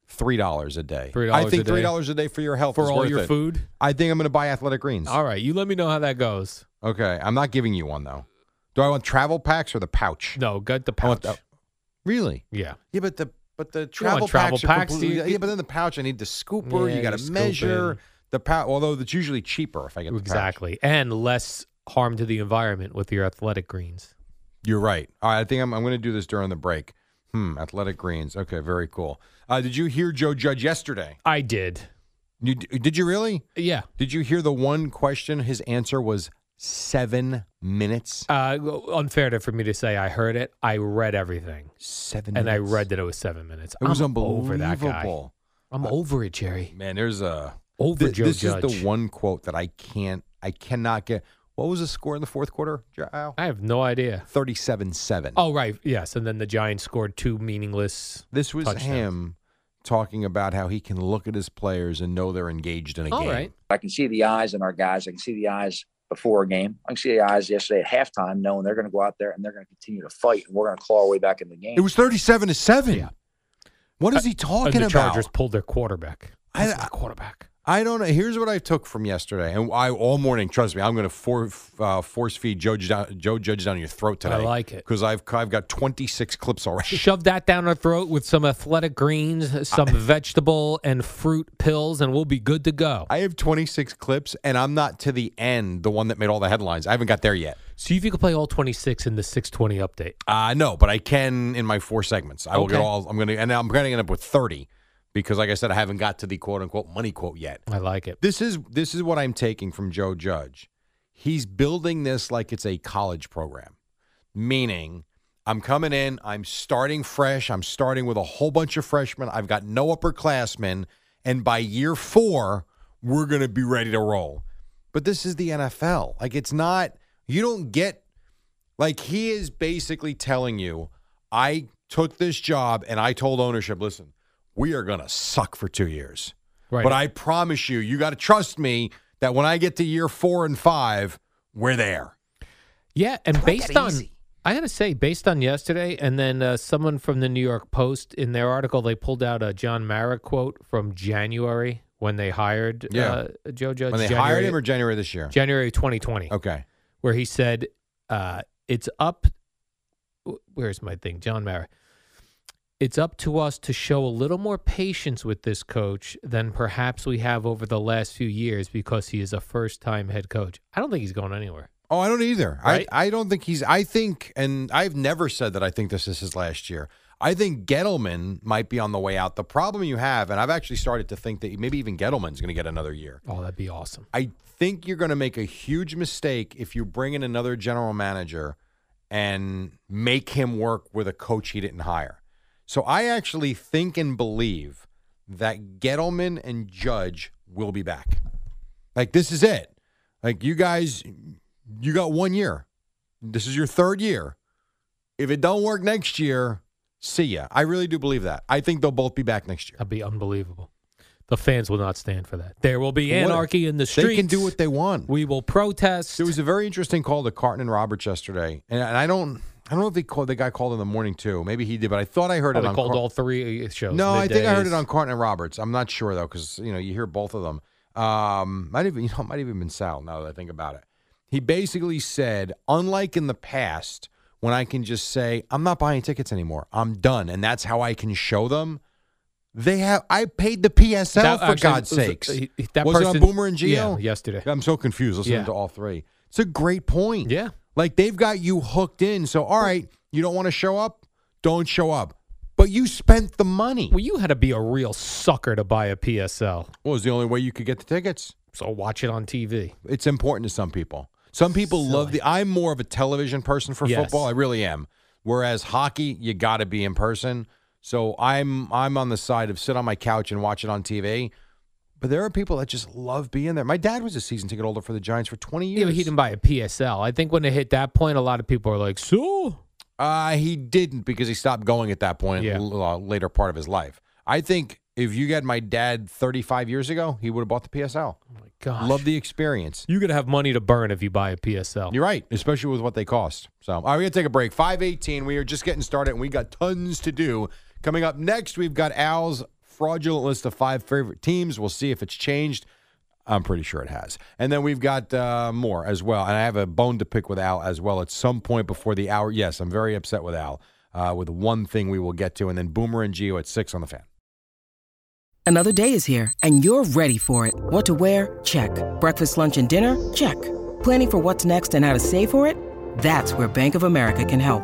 A: three dollars a day.
B: $3
A: I
B: a
A: think
B: day.
A: three dollars a day for your health
B: for
A: is
B: all
A: worth
B: your
A: it.
B: food.
A: I think I'm going to buy Athletic Greens.
B: All right, you let me know how that goes.
A: Okay, I'm not giving you one though. Do I want travel packs or the pouch?
B: No, get the
A: I want
B: pouch.
A: the- really?
B: yeah,
A: Yeah, but the but the
B: want
A: travel,
B: travel
A: packs, are
B: packs,
A: completely-
B: do you-
A: yeah, but then the pouch. I need the scooper.
B: Yeah,
A: you got
B: you
A: to
B: scoop in.
A: measure the pouch. Although it's usually cheaper if I get the pouch.
B: exactly, and less harm to the environment with your athletic greens.
A: You're right. All right, I think I'm, I'm going to do this during the break. Hmm, athletic greens. Okay, very cool. Uh, did you hear Joe Judge yesterday?
B: I did.
A: You, did you really?
B: Yeah.
A: Did you hear the one question? His answer was seven minutes.
B: Uh, unfair to, for me to say I heard it. I read everything,
A: Seven
B: and I
A: minutes.
B: read that it was seven minutes.
A: It was
B: I'm
A: unbelievable.
B: Over that guy. I'm over it, Jerry.
A: Man, there's a
B: Over
A: Th-
B: Joe
A: this
B: Judge.
A: is the one quote that I can't, I cannot get. What was the score in the fourth quarter, Jer- Al?
B: I have no idea.
A: 37 7.
B: Oh, right. Yes. And then the Giants scored two meaningless.
A: This was
B: touchdowns.
A: him talking about how he can look at his players and know they're engaged in a
B: All
A: game.
B: right.
F: I can see the eyes in our guys. I can see the eyes before a game. I can see the eyes yesterday at halftime, knowing they're going to go out there and they're going to continue to fight, and we're going to claw our way back in the game.
A: It was 37 to 7.
B: Yeah.
A: What is
B: Uh,
A: he
B: And
A: talking
B: the
A: about?
B: Chargers pulled their quarterback.
A: I-
B: That's my quarterback.
A: I don't know. Here's what I took from yesterday, and I all morning. Trust me, I'm going to for, uh, force feed Joe Judge down, Joe Judge down your throat today.
B: I like it.
A: because I've I've got 26 clips already.
B: Shove that down our throat with some athletic greens, some vegetable and fruit pills, and we'll be good to go.
A: I have 26 clips, and I'm not to the end, the one that made all the headlines. I haven't got there yet.
B: See if you can play all 26 in the 620 update.
A: Uh, no, but I can in my four segments. I will get
B: Okay.
A: all. I'm going to, and I'm going to end up with 30 because, like I said, I haven't got to the quote unquote money quote yet.
B: I like it.
A: This is this is what I'm taking from Joe Judge. He's building this like it's a college program. Meaning, I'm coming in, I'm starting fresh, I'm starting with a whole bunch of freshmen, I've got no upperclassmen, and by year 4, we're going to be ready to roll. But this is the NFL. Like it's not you don't get like he is basically telling you, I took this job and I told ownership, listen, we are going to suck for 2 years.
B: Right.
A: But I promise you, you got to trust me that when I get to year four and five, we're there.
B: Yeah, and
A: Play
B: based
A: that
B: on
A: easy.
B: I gotta say, based on yesterday, and then uh, someone from the New York Post in their article, they pulled out a John Mara quote from January when they hired
A: Yeah.
B: uh, Joe Judge.
A: When they
B: January,
A: hired him or January this year?
B: January 2020,
A: okay.
B: where he said, uh, "It's up." Where's my thing, John Mara? It's up to us to show a little more patience with this coach than perhaps we have over the last few years because he is a first-time head coach. I don't think he's going anywhere.
A: Oh, I don't either.
B: Right?
A: I, I don't think he's. I think, and I've never said that I think this is his last year. I think Gettleman might be on the way out. The problem you have, and I've actually started to think that maybe even Gettleman's going to get another year.
B: Oh, that'd be awesome.
A: I think you're going to make a huge mistake if you bring in another general manager and make him work with a coach he didn't hire. So I actually think and believe that Gettleman and Judge will be back. Like this is it. Like you guys, you got one year. This is your third year. If it don't work next year, see ya. I really do believe that. I think they'll both be back next year.
B: That'd be unbelievable. The fans will not stand for that. There will be
A: What-
B: anarchy in the streets.
A: They can do what they want.
B: We will protest.
A: There was a very interesting call to Carton and Roberts yesterday, and, and I don't, I don't know if they called the guy called in the morning too. Maybe he did, but I thought I heard
B: Oh,
A: it
B: they
A: on.
B: called
A: Car-
B: all three uh, shows.
A: no, I think I heard it
B: middays.
A: on Carton and Roberts. I'm not sure though, because you know you hear both of them. Um, might even you know it might even been Sal. Now that I think about it, he basically said, unlike in the past when I can just say I'm not buying tickets anymore, I'm done, and that's how I can show them. They have. I paid the PSL
B: That
A: for
B: actually
A: God's
B: was-
A: sakes.
B: he- he- that
A: was it on
B: person-
A: Boomer and
B: Yeah,
A: Geo
B: yesterday.
A: I'm so confused listening
B: Yeah.
A: to all three. It's a great point.
B: Yeah.
A: Like they've got you hooked in. So, all right, you don't want to show up? Don't show up. But you spent the money.
B: Well, you had to be a real sucker to buy a PSL.
A: Well, it was the only way you could get the tickets.
B: So watch it on TV.
A: It's important to some people. Some people love the. I'm more of a television person for
B: Yes.
A: football. I really am. Whereas hockey, you got to be in person. So I'm I'm on the side of sit on my couch and watch it on TV. But there are people that just love being there. My dad was a season ticket holder for the Giants for 20 years.
B: Yeah, but he didn't buy a PSL. I think when it hit that point, a lot of people are like, "So,
A: Uh, he didn't because he stopped going at that point
B: Yeah.
A: in the l- uh, later part of his life. I think if you had my dad 35 years ago, he would have bought the PSL.
B: my gosh,
A: Love the experience.
B: you're gonna have money to burn if you buy a PSL."
A: You're right, especially with what they cost. So, all right, we're going to take a break. 518, we are just getting started and we got tons to do. Coming up next, we've got Al's fraudulent list of five favorite teams. We'll see if it's changed. I'm pretty sure it has. And then we've got uh, more as well. And I have a bone to pick with Al as well at some point before the hour. Yes, I'm very upset with Al uh, with one thing we will get to. And then Boomer and Geo at six on the fan.
G: Another day is here, and you're ready for it. What to wear? Check. Breakfast, lunch, and dinner? Check. Planning for what's next and how to save for it? That's where Bank of America can help.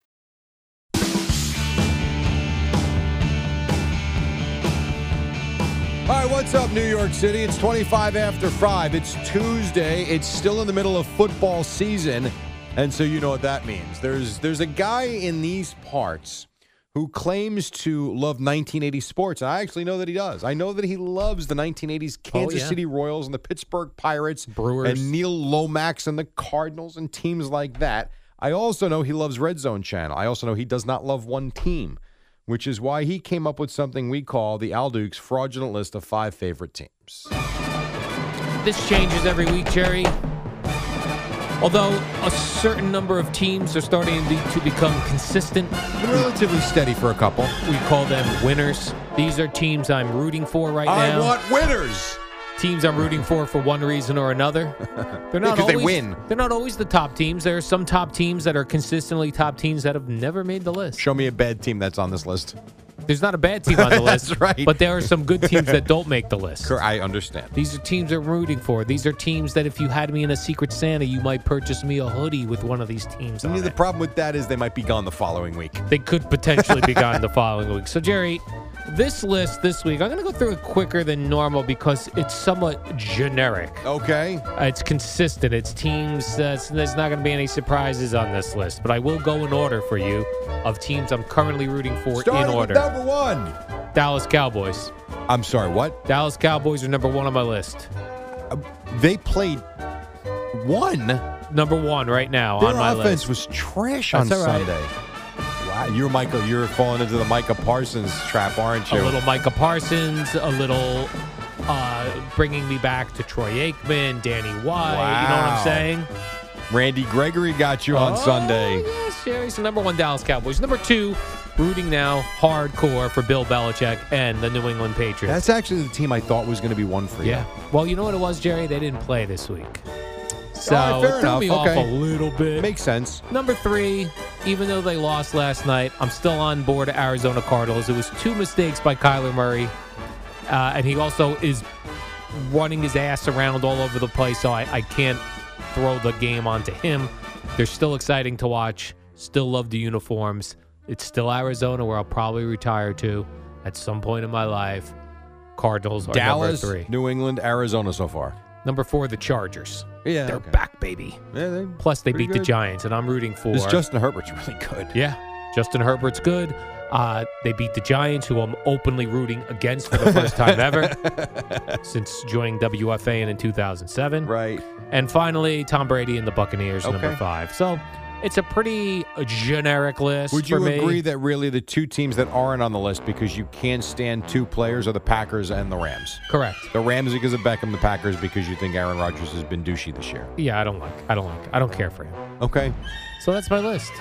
A: All All right, what's up, New York City? It's 25 after 5. It's Tuesday. It's still in the middle of football season, and so you know what that means. There's there's a guy in these parts who claims to love 1980 sports, and I actually know that he does. I know that he loves the 1980s Kansas
B: yeah.
A: City Royals and the Pittsburgh Pirates,
B: Brewers.
A: and Neil Lomax and the Cardinals and teams like that. I also know he loves Red Zone Channel. I also know he does not love one team which is why he came up with something we call the Al Dukes fraudulent list of five favorite teams.
B: This changes every week, Jerry. Although a certain number of teams are starting to be- to become consistent,
A: Relatively steady for a couple.
B: we call them winners. These are teams I'm rooting for right
A: I
B: now.
A: want winners.
B: teams I'm rooting for for one reason or another. They're not
A: Because they
B: always-
A: win.
B: They're not always the top teams. There are some top teams that are consistently top teams that have never made the list.
A: Show me a bad team that's on this list.
B: There's not a bad team on the
A: That's
B: list,
A: right.
B: but there are some good teams that don't make the list.
A: Cor- I understand.
B: These are teams I'm rooting for. These are teams that if you had me in a Secret Santa, you might purchase me a hoodie with one of these teams on
A: The
B: it.
A: problem with that is they might be gone the following week.
B: they could potentially be gone the following week. So, Jerry, this list this week, I'm going to go through it quicker than normal because it's somewhat generic.
A: Okay.
B: Uh, it's consistent. It's teams. Uh, s- there's not going to be any surprises on this list, but I will go in order for you of teams I'm currently rooting for
A: Starting
B: in
A: with
B: order.
A: number one.
B: Dallas Cowboys.
A: I'm sorry, what?
B: Dallas Cowboys are number one on my list.
A: They played one.
B: Number one right now
A: Their
B: on my
A: offense
B: list.
A: was trash
B: That's
A: on
B: all right.
A: Sunday. Wow, you're Michael. You're falling into the Micah Parsons trap, aren't
B: A
A: you?
B: little Micah Parsons. A little uh, bringing me back to Troy Aikman, Danny White. You know what
A: Wow.
B: I'm saying?
A: Randy Gregory got you on
B: Oh,
A: Sunday.
B: Yes, Jerry. So number one, Dallas Cowboys. Number two, rooting now hardcore for Bill Belichick and the New England Patriots.
A: That's actually the team I thought was going to be one for you.
B: Yeah. Well, you know what it was, Jerry? They didn't play this week. So
A: All right, Ah, fair
B: it threw
A: enough.
B: me
A: Okay.
B: off a little bit.
A: Makes sense.
B: Number three, even though they lost last night, I'm still on board Arizona Cardinals. It was two mistakes by Kyler Murray, uh, and he also is running his ass around all over the place, so I, I can't throw the game onto him. They're still exciting to watch. Still love the uniforms. It's still Arizona, where I'll probably retire to at some point in my life. Cardinals are
A: Dallas,
B: number three.
A: New England, Arizona so far.
B: Number four, the Chargers.
A: Yeah.
B: They're
A: okay.
B: back, baby.
A: Yeah, they-
B: Plus, they
A: pretty
B: beat the
A: good.
B: Giants, and I'm rooting for.
A: This Justin Herbert's really good.
B: yeah, Justin Herbert's good. Uh, they beat the Giants, who I'm openly rooting against for the first time ever since joining WFAN in 2007.
A: Right.
B: And finally, Tom Brady and the Buccaneers, number
A: Okay.
B: five. So it's a pretty uh, generic list.
A: Would
B: for
A: you
B: me.
A: agree that really the two teams that aren't on the list because you can't stand two players are the Packers and the Rams?
B: Correct.
A: The Rams because of Beckham, the Packers because you think Aaron Rodgers has been douchey this year.
B: Yeah, I don't like. I don't like. I don't care for him.
A: Okay.
B: So that's my list.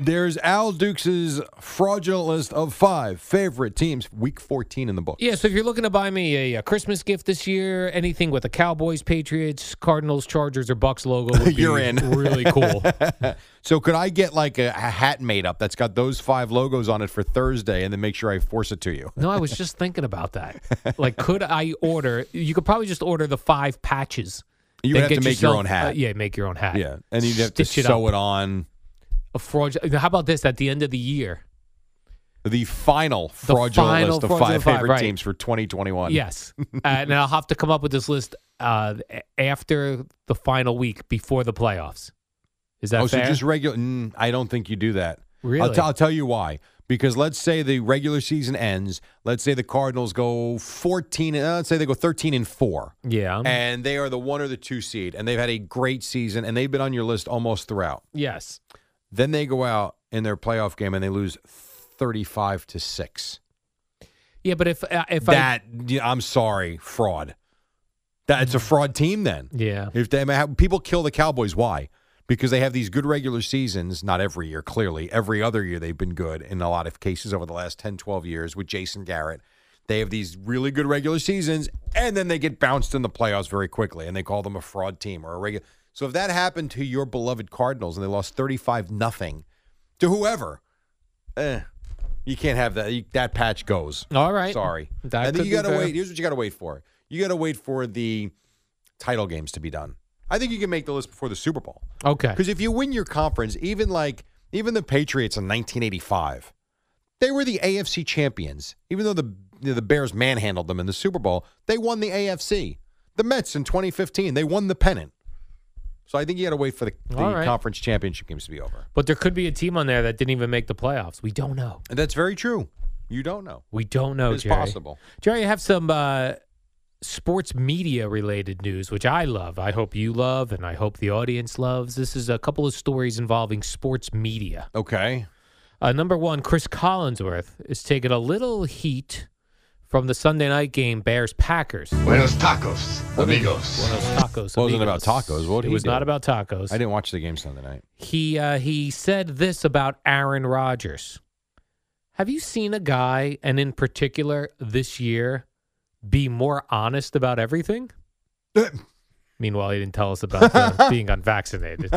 A: There's Al Dukes' fraudulent list of five favorite teams, week 14 in the book.
B: Yeah, so if you're looking to buy me a, a Christmas gift this year, anything with a Cowboys, Patriots, Cardinals, Chargers, or Bucks logo would be
A: You're in.
B: really cool.
A: So could I get like a, a hat made up that's got those five logos on it for Thursday, and then make sure I force it to you?
B: No, I was just thinking about that. Like, could I order? You could probably just order the five patches.
A: You would
B: Then
A: have to
B: get
A: make your
B: yourself-
A: own
B: uh,
A: hat.
B: yeah, make your own hat.
A: yeah, and you'd have to
B: Stitch it
A: sew
B: up.
A: it on.
B: A fraud- How about this? At the end of the year,
A: The final fraudulent
B: final
A: list of
B: fraudulent
A: five
B: five,
A: favorite
B: right.
A: teams for 2021.
B: yes, uh, and I'll have to come up with this list uh, a- after the final week before the playoffs. Is that
A: Oh, so
B: fair?
A: just regular? Mm, I don't think you do that. I'll,
B: Really?
A: t- I'll tell you why. Because let's say the regular season ends. Let's say the Cardinals go 14. Uh, let's say they go 13 and four,
B: yeah.
A: and they are the one or the two seed, and they've had a great season, and they've been on your list almost throughout.
B: yes.
A: Then they go out in their playoff game and they lose 35 to 6.
B: Yeah, but if uh, if I
A: That yeah, I'm sorry, fraud. That's a fraud team then.
B: yeah.
A: If they how- people kill the Cowboys, why? Because they have these good regular seasons, not every year, clearly. Every other year they've been good in a lot of cases over the last 10, 12 years with Jason Garrett. They have these really good regular seasons, and then they get bounced in the playoffs very quickly, and they call them a fraud team or a regular. So if that happened to your beloved Cardinals and they lost 35 nothing to whoever, eh, you can't have that. You- that patch goes.
B: All right.
A: Sorry.
B: That
A: and
B: could
A: then you
B: be
A: got to
B: fair.
A: wait. Here's what you got to wait for. You got to wait for the title games to be done. I think you can make the list before the Super Bowl.
B: Okay.
A: Because if you win your conference, even like even the Patriots in 1985, they were the AFC champions, even though the you know, the Bears manhandled them in the Super Bowl. They won the AFC. The Mets in 2015, they won the pennant. So I think you got to wait for the, the
B: All right.
A: conference championship games to be over.
B: But there could be a team on there that didn't even make the playoffs. We don't know.
A: And that's very true. You don't know.
B: We don't know.
A: It's
B: Jerry.
A: possible.
B: Jerry, I have some uh, sports media related news, which I love. I hope you love, and I hope the audience loves. This is a couple of stories involving sports media.
A: Okay.
B: Uh, number one, Chris Collinsworth is taking a little heat from the Sunday night game Bears Packers.
H: Buenos tacos, amigos.
B: Tacos.
A: Wasn't
B: amigos.
A: about tacos. What did
B: it
A: he
B: was
A: do?
B: not about tacos.
A: I didn't watch the game Sunday night.
B: He uh, he said this about Aaron Rodgers. Have you seen a guy, and in particular this year, be more honest about everything? Meanwhile, he didn't tell us about the being unvaccinated.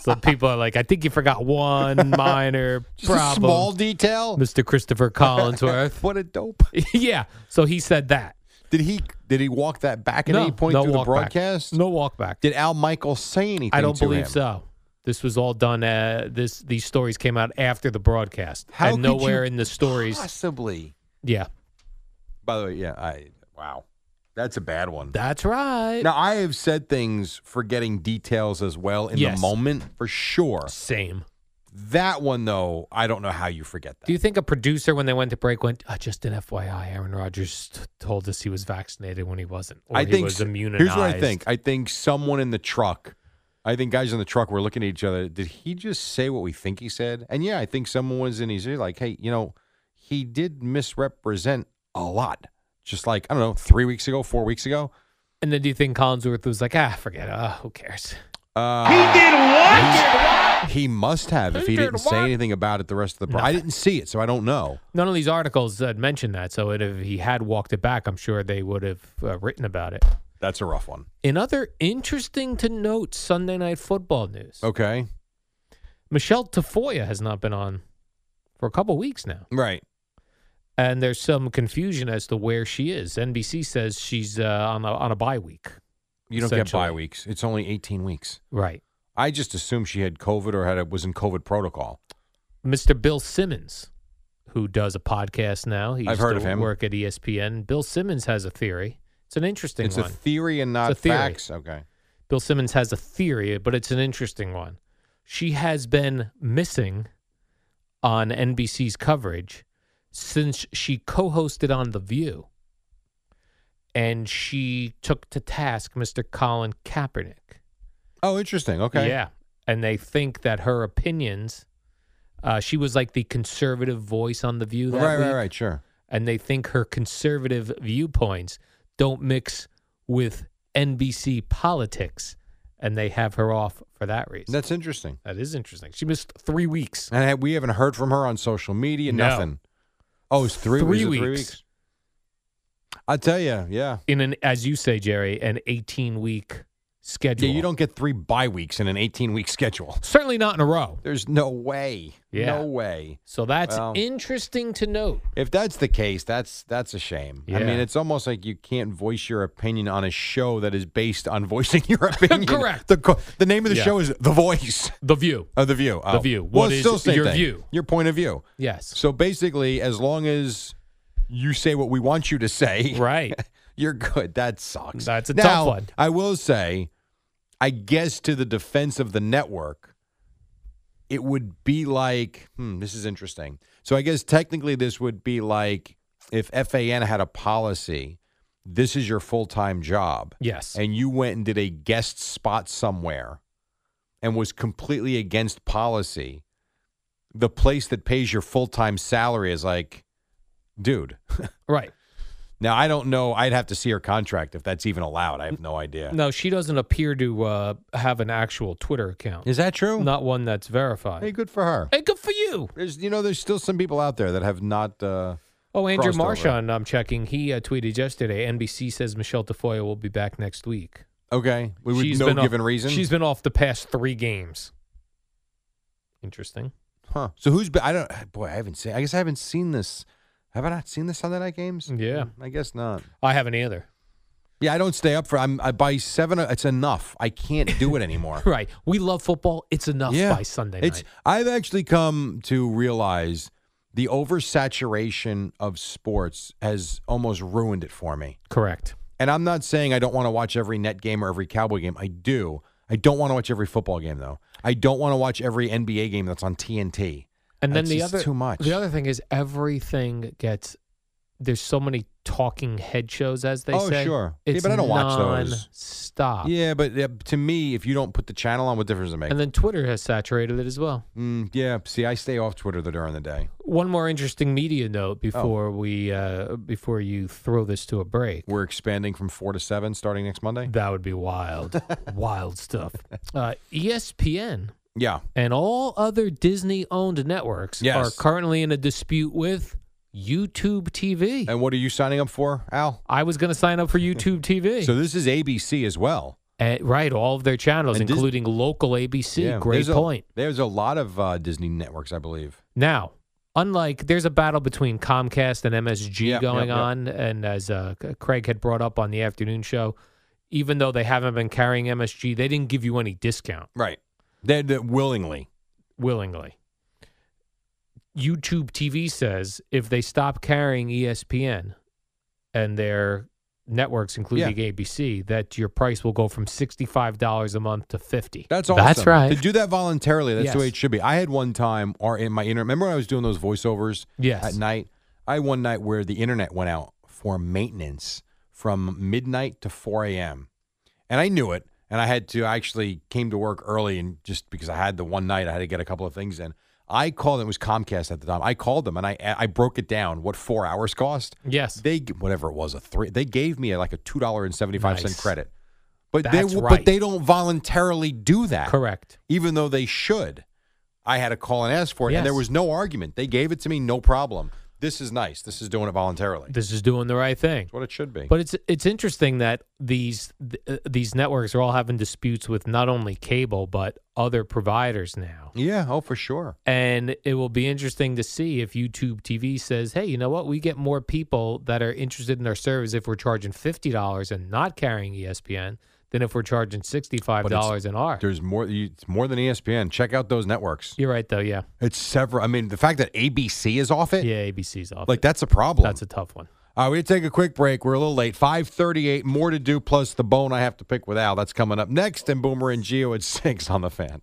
B: so people are like, "I think you forgot one minor
A: Just a
B: problem,
A: small detail.
B: Mr. Christopher Collinsworth."
A: What a dope.
B: yeah, so he said that.
A: Did he did he walk that back at
B: no,
A: any point
B: no
A: through the
B: walk back.
A: broadcast?
B: No walk back.
A: Did Al Michael say anything?
B: I don't
A: to
B: believe
A: him?
B: so. This was all done. Uh, this these stories came out after the broadcast,
A: How
B: and
A: could you
B: nowhere in the stories.
A: Possibly.
B: Yeah,
A: By the way, yeah. I wow, that's a bad one.
B: that's right.
A: now I have said things forgetting details as well in
B: Yes.
A: the moment for sure.
B: Same.
A: That one though, I don't know how you forget that.
B: Do you think a producer, when they went to break, went uh, just an FYI? Aaron Rodgers t- told us he was vaccinated when he wasn't, or
A: I
B: he
A: think
B: was
A: s-
B: immunized.
A: Here's what I think. I think someone in the truck. I think guys in the truck were looking at each other. Did he just say what we think he said? And yeah, I think someone was in his ear like, hey, you know, he did misrepresent a lot. Just like, I don't know, three weeks ago, four weeks ago.
B: And then do you think Collinsworth was like, ah, forget it, uh, who cares?
A: Uh, he did what? He must have if he didn't say anything about it the rest of the. Pro- I didn't see it, so I don't know.
B: None of these articles had mentioned that, so it, if he had walked it back, I'm sure they would have uh, written about it.
A: That's a rough one.
B: In other interesting to note Sunday night football news,
A: Okay,
B: Michelle Tafoya has not been on for a couple weeks now.
A: right.
B: and there's some confusion as to where she is. NBC says she's uh, on a, on a bye week.
A: You don't get
B: Essentially.
A: bye weeks. It's only 18 weeks.
B: Right.
A: I just assumed she had COVID or had a, was in COVID protocol.
B: Mr. Bill Simmons, who does a podcast now, he
A: I've
B: used
A: heard
B: to
A: of him.
B: Work at E ESPN. Bill Simmons has a theory. It's an interesting
A: It's
B: one.
A: a theory and not
B: a theory.
A: facts. Okay.
B: Bill Simmons has a theory, but it's an interesting one. She has been missing on NBC's coverage since she co hosted on The View. And she took to task Mr. Colin Kaepernick.
A: Oh, interesting. Okay.
B: Yeah. And they think that her opinions, uh, she was like the conservative voice on The View. That
A: Right, right,
B: week,
A: right. Sure.
B: And they think her conservative viewpoints don't mix with NBC politics. And they have her off for that reason.
A: That's interesting.
B: that is interesting. She missed three weeks.
A: And I- we haven't heard from her on social media.
B: No.
A: Nothing. Oh, it's three,
B: Three
A: is it three
B: weeks.
A: weeks. I tell you, yeah.
B: In an, as you say, Jerry, an 18 week schedule.
A: Yeah, you don't get three bye weeks in an 18 week schedule.
B: Certainly not in a row.
A: There's no way.
B: Yeah.
A: No way.
B: So that's
A: Well.
B: interesting to note.
A: If that's the case, that's that's a shame. I
B: Yeah.
A: mean, it's almost like you can't voice your opinion on a show that is based on voicing your opinion.
B: Correct.
A: The, co- the name of the
B: Yeah.
A: show is The Voice.
B: The View.
A: Oh, the view. Oh.
B: View.
A: Well,
B: What
A: it's
B: is
A: still same
B: your
A: thing.
B: view?
A: Your point of view.
B: Yes.
A: So basically, as long as you say what we want you to say,
B: Right.
A: you're good. That sucks.
B: That's a
A: now,
B: tough one.
A: I will say, I guess to the defense of the network, it would be like, hmm, this is interesting. So I guess technically this would be like if FAN had a policy, this is your full time job
B: Yes.
A: and you went and did a guest spot somewhere and was completely against policy, the place that pays your full time salary is like, dude.
B: Right.
A: Now I don't know. I'd have to see her contract if that's even allowed. I have no idea.
B: No, she doesn't appear to uh, have an actual Twitter account.
A: Is that true?
B: Not one that's
A: Hey,
B: verified.
A: good for her.
B: Hey, good for you.
A: There's, you know, there's still some people out there that have not. Uh,
B: Oh, Andrew
A: Crossed over.
B: Marchand, I'm checking. He uh, tweeted yesterday. NBC says Michelle Tafoya will be back next week.
A: okay, we would
B: She's
A: no
B: been off-
A: given reason.
B: She's been off the past three games. Interesting.
A: huh. So who's been? I don't. Boy, I haven't seen. I guess I haven't seen this. Have I not seen the Sunday night games?
B: Yeah.
A: I guess not.
B: I haven't either.
A: Yeah, I don't stay up for. I'm I, by seven. It's enough. I can't do it anymore.
B: Right. We love football. It's enough
A: yeah,
B: by Sunday
A: it's,
B: night.
A: I've actually come to realize the oversaturation of sports has almost ruined it for me.
B: Correct.
A: And I'm not saying I don't want to watch every net game or every Cowboy game. I do. I don't want to watch every football game though. I don't want to watch every NBA game that's on TNT.
B: And then
A: It's
B: the
A: just
B: other
A: too much.
B: The other thing is everything gets there's so many talking head shows as they
A: Oh,
B: say.
A: sure. Yeah,
B: It's
A: but I don't watch those.
B: Stop.
A: Yeah, but uh, to me, if you don't put the channel on, what difference does it make?
B: Ah. And then Twitter has saturated it as well.
A: mm, yeah, see, I stay off Twitter the- during the day.
B: One more interesting media note
A: Oh.
B: before we uh, before you throw this to a break.
A: We're expanding from four to seven starting next Monday.
B: That would be wild, wild stuff. Uh, ESPN
A: Yeah,
B: and all other Disney-owned networks
A: Yes.
B: are currently in a dispute with YouTube TV.
A: and what are you signing up for, Al?
B: I was going to sign up for YouTube TV.
A: So this is ABC as well.
B: Uh, right, all of their channels,
A: And Dis-
B: including local ABC.
A: Yeah,
B: Great
A: there's a-
B: point.
A: there's a lot of uh, Disney networks, I believe.
B: Now, unlike there's a battle between Comcast and MSG
A: Yep,
B: going
A: yep, yep.
B: on, and as uh, C- Craig had brought up on the afternoon show, even though they haven't been carrying MSG, they didn't give you any discount
A: Right. They, they willingly.
B: willingly. YouTube TV says if they stop carrying E ESPN and their networks, including ABC, that your price will go from sixty-five dollars a month to fifty.
A: That's awesome.
B: That's right.
A: To do that voluntarily, that's the way
B: Yes.
A: it should be. I had one time, or in my internet. Remember when I was doing those voiceovers
B: Yes.
A: at night? I had one night where the internet went out for maintenance from midnight to 4 a.m. And I knew it. And I had to I actually came to work early, and just because I had the one night, I had to get a couple of things in. I called. It was Comcast at the time. I called them and I I broke it down what four hours cost.
B: Yes.
A: They g- whatever it was a three. They gave me like a two dollar and seventy five cent
B: Nice.
A: credit. But they
B: That's
A: w-
B: right.
A: but they don't voluntarily do that.
B: Correct.
A: Even though they should. I had to call and ask for it, and there
B: Yes.
A: was no argument. They gave it to me, no problem. This is nice. This is doing it voluntarily. That's
B: This is doing the right thing.
A: what it should be.
B: But it's it's interesting that these th- uh, these networks are all having disputes with not only cable but other providers now.
A: yeah, oh for sure.
B: And it will be interesting to see if YouTube TV says, "Hey, you know what? We get more people that are interested in our service if we're charging fifty dollars and not carrying E ESPN than if we're charging sixty-five dollars in ours."
A: There's more. You, it's more than E ESPN. Check out those networks.
B: You're right, though. Yeah,
A: It's several. I mean, the fact that ABC is off it,
B: yeah. ABC's off.
A: like
B: it.
A: that's a problem.
B: That's a tough one.
A: All right, we're going to take a quick break. We're a little late. 538, more to do, plus the bone I have to pick with Al. That's coming up next. And Boomer and Geo at 6 on the fan.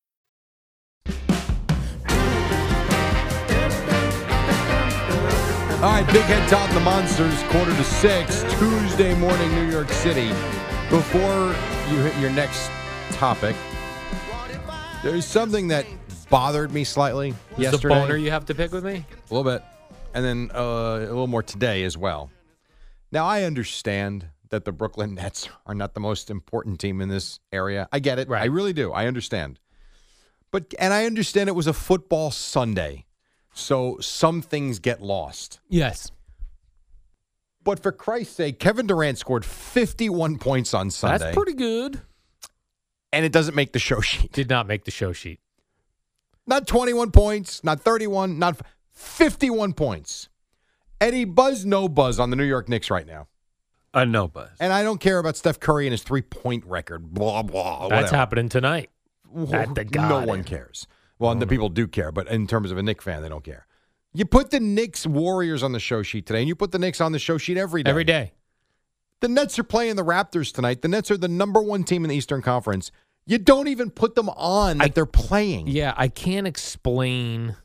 A: All right, Big Head Todd and the Monsters, quarter to 6, Tuesday morning, New York City. Before you hit your next topic, there's something that bothered me slightly
B: Is the
A: yesterday.
B: boner you have to pick with me?
A: A little bit. And then uh, a little more today as well. Now, I understand that the Brooklyn Nets are not the most important team in this area. I get it. I
B: Right.
A: really do. I understand. But, and I understand it was a football Sunday. So some things get lost.
B: Yes.
A: But for Christ's sake, Kevin Durant scored 51 points on Sunday.
B: That's pretty good.
A: And it doesn't make the show sheet.
B: Did not make the show sheet.
A: Not 21 points, not 31, not f- 51 points. Any buzz, no buzz on the New York Knicks right now.
E: A no buzz.
A: And I don't care about Steph Curry and his three point record. Blah blah.
B: That's
A: whatever.
B: happening tonight. at the
A: No
B: Garden.
A: one cares. Well,
B: Mm.
A: the people do care, but in terms of a Knicks fan, they don't care. You put the Knicks Warriors on the show sheet today, and you put the Knicks on the show sheet every day.
B: Every day.
A: The Nets are playing the Raptors tonight. The Nets are the number one team in the Eastern Conference. You don't even put them on that
B: I-
A: they're playing.
B: Yeah, I can't explain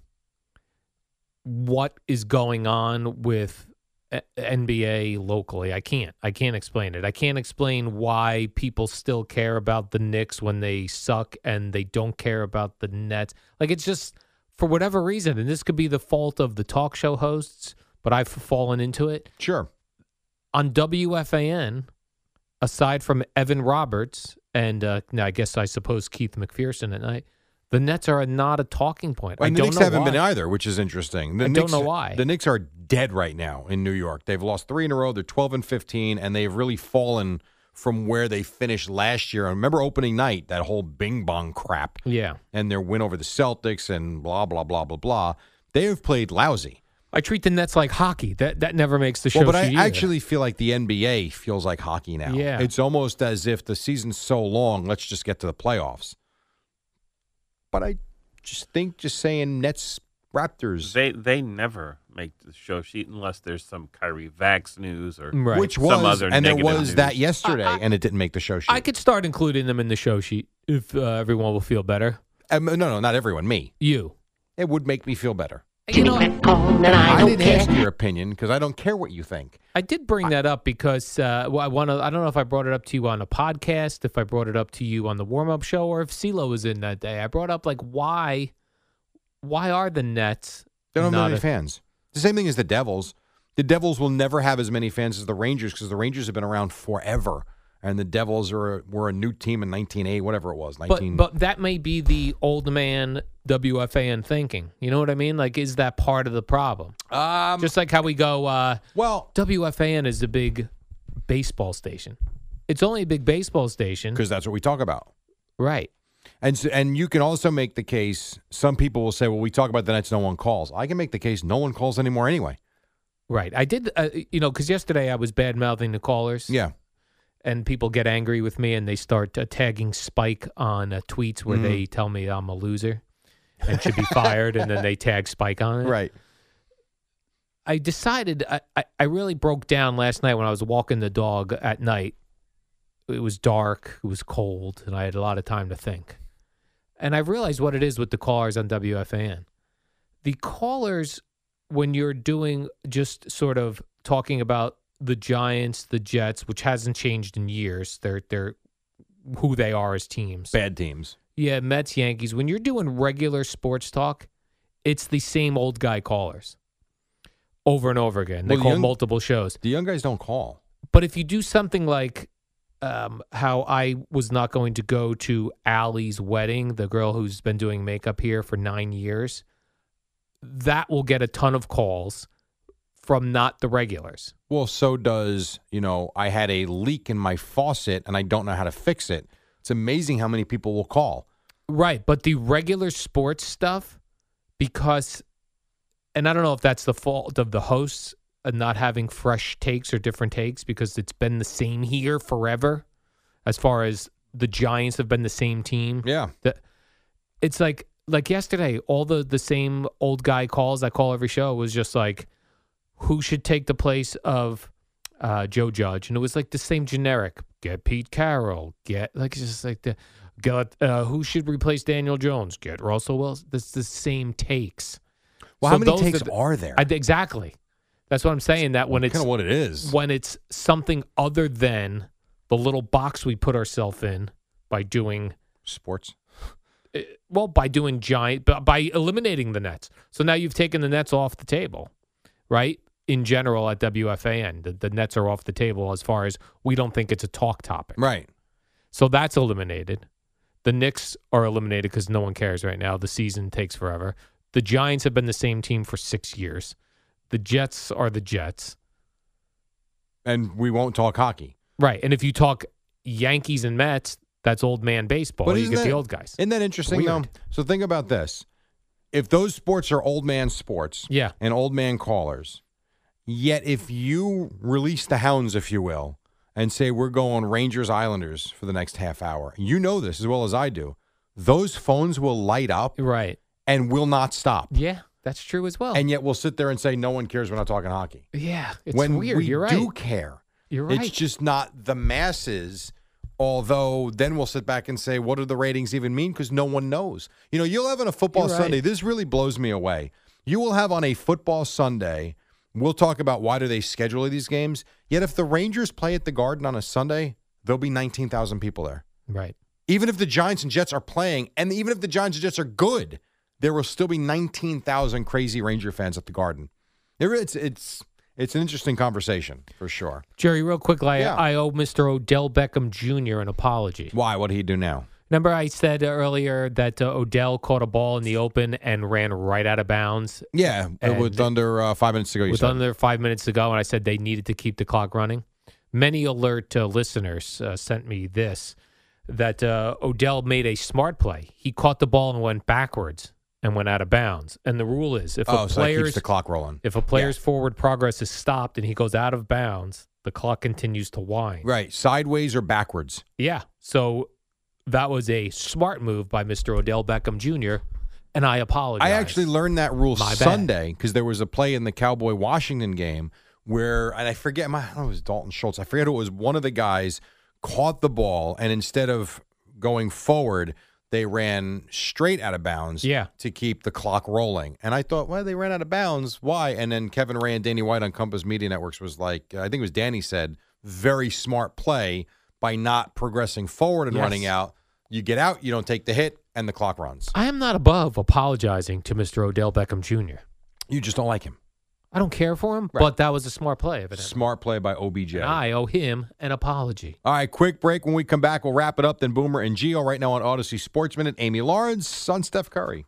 B: what is going on with a- NBA locally. I can't. I can't explain it. I can't explain why people still care about the Knicks when they suck and they don't care about the Nets. Like it's just for whatever reason, and this could be the fault of the talk show hosts, but I've fallen into it.
A: Sure.
B: on WFAN, aside from Evan Roberts and uh, now I guess I suppose Keith McPherson at night, The Nets are not a talking point. I
A: And the
B: don't
A: Knicks
B: know
A: haven't
B: why.
A: been either, which is interesting. The
B: I don't
A: Knicks,
B: know why.
A: The Knicks are dead right now in New York. They've lost three in a row. They're 12 and 15, and they've really fallen from where they finished last year. I remember opening night, that whole bing bong crap,
B: Yeah.
A: and their win over the Celtics and blah, blah, blah, blah, blah. They have played lousy.
B: I treat the Nets like hockey. That that never makes the show.
A: Well, but I
B: sheet either.
A: actually feel like the NBA feels like hockey now.
B: Yeah.
A: It's almost as if the season's so long, let's just get to the playoffs. But I just think just saying Nets Raptors.
I: They they never make the show sheet unless there's some Kyrie Vax news or
B: Right.
A: Which
I: some
A: was,
I: other
A: and there
I: negative
A: was
I: news.
A: that yesterday, and it didn't make the show sheet.
B: I could start including them in the show sheet if uh, everyone will feel better.
A: Um, no, no, not everyone. Me.
B: You.
A: It would make me feel better.
B: You know,
A: I, didn't ask your opinion because I don't care what you think.
B: I did bring that up because uh, well, I want to. I don't know if I brought it up to you on a podcast, if I brought it up to you on the warm up show, or if CeeLo was in that day. I brought up like why, why are the Nets
A: They don't have
B: not
A: many
B: a-
A: fans. The same thing as the Devils. The Devils will never have as many fans as the Rangers because the Rangers have been around forever, and the Devils are were a new team in 1980, whatever it was. 19.
B: But but that may be the old man WFAN thinking. You know what I mean? Like, is that part of the problem?
A: um,
B: Just like how we go, uh,
A: well,
B: WFAN is the big baseball station. It's only a big baseball station,
A: because that's what we talk about.
B: right?
A: And so, and you can also make the case. Some people will say, "Well, we talk about the Nets, no one calls." I can make the case, no one calls anymore anyway.
B: Right. I did, uh, you know, because yesterday I was bad mouthing the callers.
A: Yeah,
B: and people get angry with me and they start uh, tagging Spike on uh, tweets where they tell me I'm a loser and should be fired, and then they tag Spike on it.
A: right.
B: I decided I, I, I really broke down last night when I was walking the dog at night. It was dark, it was cold, and I had a lot of time to think. And I realized what it is with the callers on WFAN. The callers, when you're doing just sort of talking about the Giants, the Jets, which hasn't changed in years, they're they're who they are as teams.
A: Bad teams.
B: Yeah, Mets, Yankees. When you're doing regular sports talk, it's the same old guy callers over and over again. They
A: Well, the
B: call
A: young-
B: multiple shows.
A: The young guys don't call.
B: But if you do something like um, how I was not going to go to Allie's wedding, the girl who's been doing makeup here for nine years, that will get a ton of calls from not the regulars.
A: Well, so does, you know, I had a leak in my faucet and I don't know how to fix it. It's amazing how many people will call.
B: Right, but the regular sports stuff, because, and I don't know if that's the fault of the hosts and not having fresh takes or different takes because it's been the same here forever. As far as the Giants have been the same team,
A: Yeah.
B: The- it's like like yesterday, all the the same old guy calls I call every show was just like, who should take the place of uh, Joe Judge, and it was like the same generic. Get Pete Carroll. Get like it's just like the get uh, who should replace Daniel Jones? Get Russell Wilson. That's the same takes.
A: Well, how
B: So
A: many
B: those
A: takes
B: that-
A: are there?
B: I, exactly. That's what I'm saying. That when it's
A: kind of what it is.
B: when it's something other than the little box we put ourselves in by doing
A: Sports.
B: well by doing giant by, by eliminating the nets so now you've taken the nets off the table right in general at wfan the, the nets are off the table as far as we don't think it's a talk topic
A: Right.
B: so that's eliminated the Knicks are eliminated because no one cares right now the season takes forever the giants have been the same team for six years the jets are the jets
A: And we won't talk hockey.
B: right and if you talk yankees and mets that's old man baseball you
A: isn't
B: get
A: that-
B: the old guys
A: Isn't that interesting, though?
B: Weird.
A: So think about this. If those sports are old man sports
B: yeah
A: and old man callers, yet if you release the hounds, if you will, and say we're going Rangers Islanders for the next half hour, you know this as well as I do. Those phones will light up
B: right
A: and will not stop.
B: yeah that's true as well
A: And yet we'll sit there and say no one cares. We're not talking hockey.
B: Yeah, it's
A: when
B: weird.
A: we
B: You're right.
A: do care,
B: You're right.
A: it's just not the masses. Although then we'll sit back and say, what do the ratings even mean? Because no one knows. You know, you'll have on a football
B: You're right.
A: Sunday. This really blows me away. You will have on a football Sunday. We'll talk about why do they schedule these games. Yet if the Rangers play at the Garden on a Sunday, there'll be nineteen thousand people there.
B: right.
A: Even if the Giants and Jets are playing, and even if the Giants and Jets are good, there will still be 19,000 crazy Ranger fans at the Garden. There- It's it's it's an interesting conversation for sure.
B: Jerry, real quickly, I,
A: Yeah.
B: I owe Mr. Odell Beckham Jr. an apology.
A: Why? What did he do now?
B: Remember, I said earlier that uh, Odell caught a ball in the open and ran right out of bounds.
A: Yeah,
B: And
A: with under uh, five minutes to go. You
B: with
A: said.
B: under five minutes to go, and I said they needed to keep the clock running. Many alert uh, listeners uh, sent me this that uh, Odell made a smart play. He caught the ball and went backwards and went out of bounds. And the rule is if
A: oh,
B: a
A: so that
B: player's
A: keeps the clock rolling.
B: if a player's forward progress is stopped and he goes out of bounds, the clock continues to wind.
A: Right, sideways or backwards.
B: Yeah. So that was a smart move by Mr. Odell Beckham Jr. And I apologize.
A: I actually learned that rule
B: My bad.
A: Sunday because there was a play in the Cowboy Washington game where, and I forget, my, I don't know, if it was Dalton Schultz. I forget who it was. One of the guys caught the ball, and instead of going forward, they ran straight out of bounds
B: Yeah.
A: to keep the clock rolling. And I thought, well, they ran out of bounds. Why? And then Kevin Ray and Danny White on Compass Media Networks was like, I think it was Danny said, very smart play by not progressing forward and
B: Yes.
A: running out. You get out, you don't take the hit, and the clock runs.
B: I am not above apologizing to Mr. Odell Beckham Jr.
A: You just don't like him.
B: I don't care for him,
A: Right.
B: but that was a smart play, evidently.
A: Smart play by OBJ.
B: And I owe him an apology.
A: All right, quick break. When we come back, we'll wrap it up. Then Boomer and Geo right now on Odyssey Sports Minute. Amy Lawrence on Steph Curry.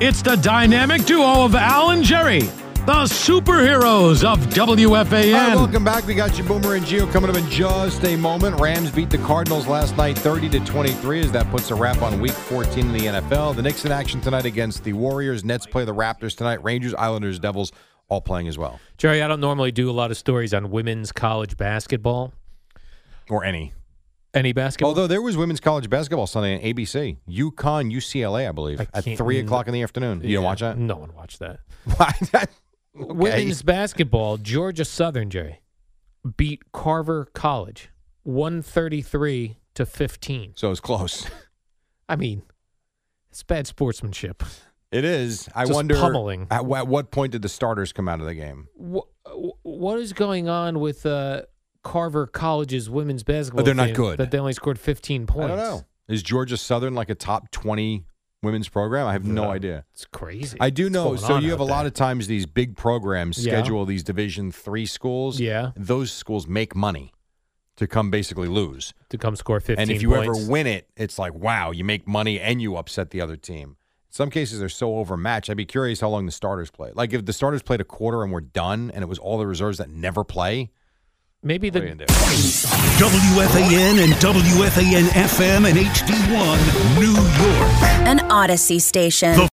E: It's the dynamic duo of Al and Jerry, the superheroes of
A: All right,
E: WFAN.
A: welcome back. We got you, Boomer and Geo, coming up in just a moment. Rams beat the Cardinals last night, thirty to twenty-three, as that puts a wrap on Week 14 in the NFL. The Knicks in action tonight against the Warriors. Nets play the Raptors tonight. Rangers, Islanders, Devils, all playing as well,
B: Jerry, I don't normally do a lot of stories on women's college basketball.
A: or any.
B: Any basketball?
A: Although there was women's college basketball Sunday on ABC, UConn, UCLA, I believe,
B: I
A: at
B: can't- Mm.
A: three o'clock in the afternoon. You don't watch that?
B: No one watched that.
A: Why?
B: Women's basketball, Georgia Southern, Jerry, beat Carver College 133 to 15.
A: So it's close.
B: I mean, it's bad sportsmanship.
A: It is. I
B: Just
A: wonder
B: pummeling.
A: At, wh- at what point did the starters come out of the game?
B: Wha- wh- what is going on with uh, Carver College's women's basketball?
A: Oh, they're not
B: team
A: good.
B: That they only scored 15 points.
A: I don't know. Is Georgia Southern like a top twenty women's program? I have no idea.
B: It's crazy.
A: I do
B: What's
A: know.
B: going
A: So
B: on
A: you
B: out
A: have a
B: there?
A: lot of times these big programs
B: Yeah.
A: schedule these Division three schools.
B: Yeah.
A: those schools make money to come basically lose.
B: to come score 15
A: and if you
B: points.
A: ever win it, it's like wow, you make money and you upset the other team. Some cases are so overmatched. I'd be curious how long the starters play. Like if the starters played a quarter and were done, and it was all the reserves that never play.
B: maybe
A: What are you
B: the
A: gonna do?
D: WFAN and WFAN FM and HD1, New York.
J: An Odyssey station.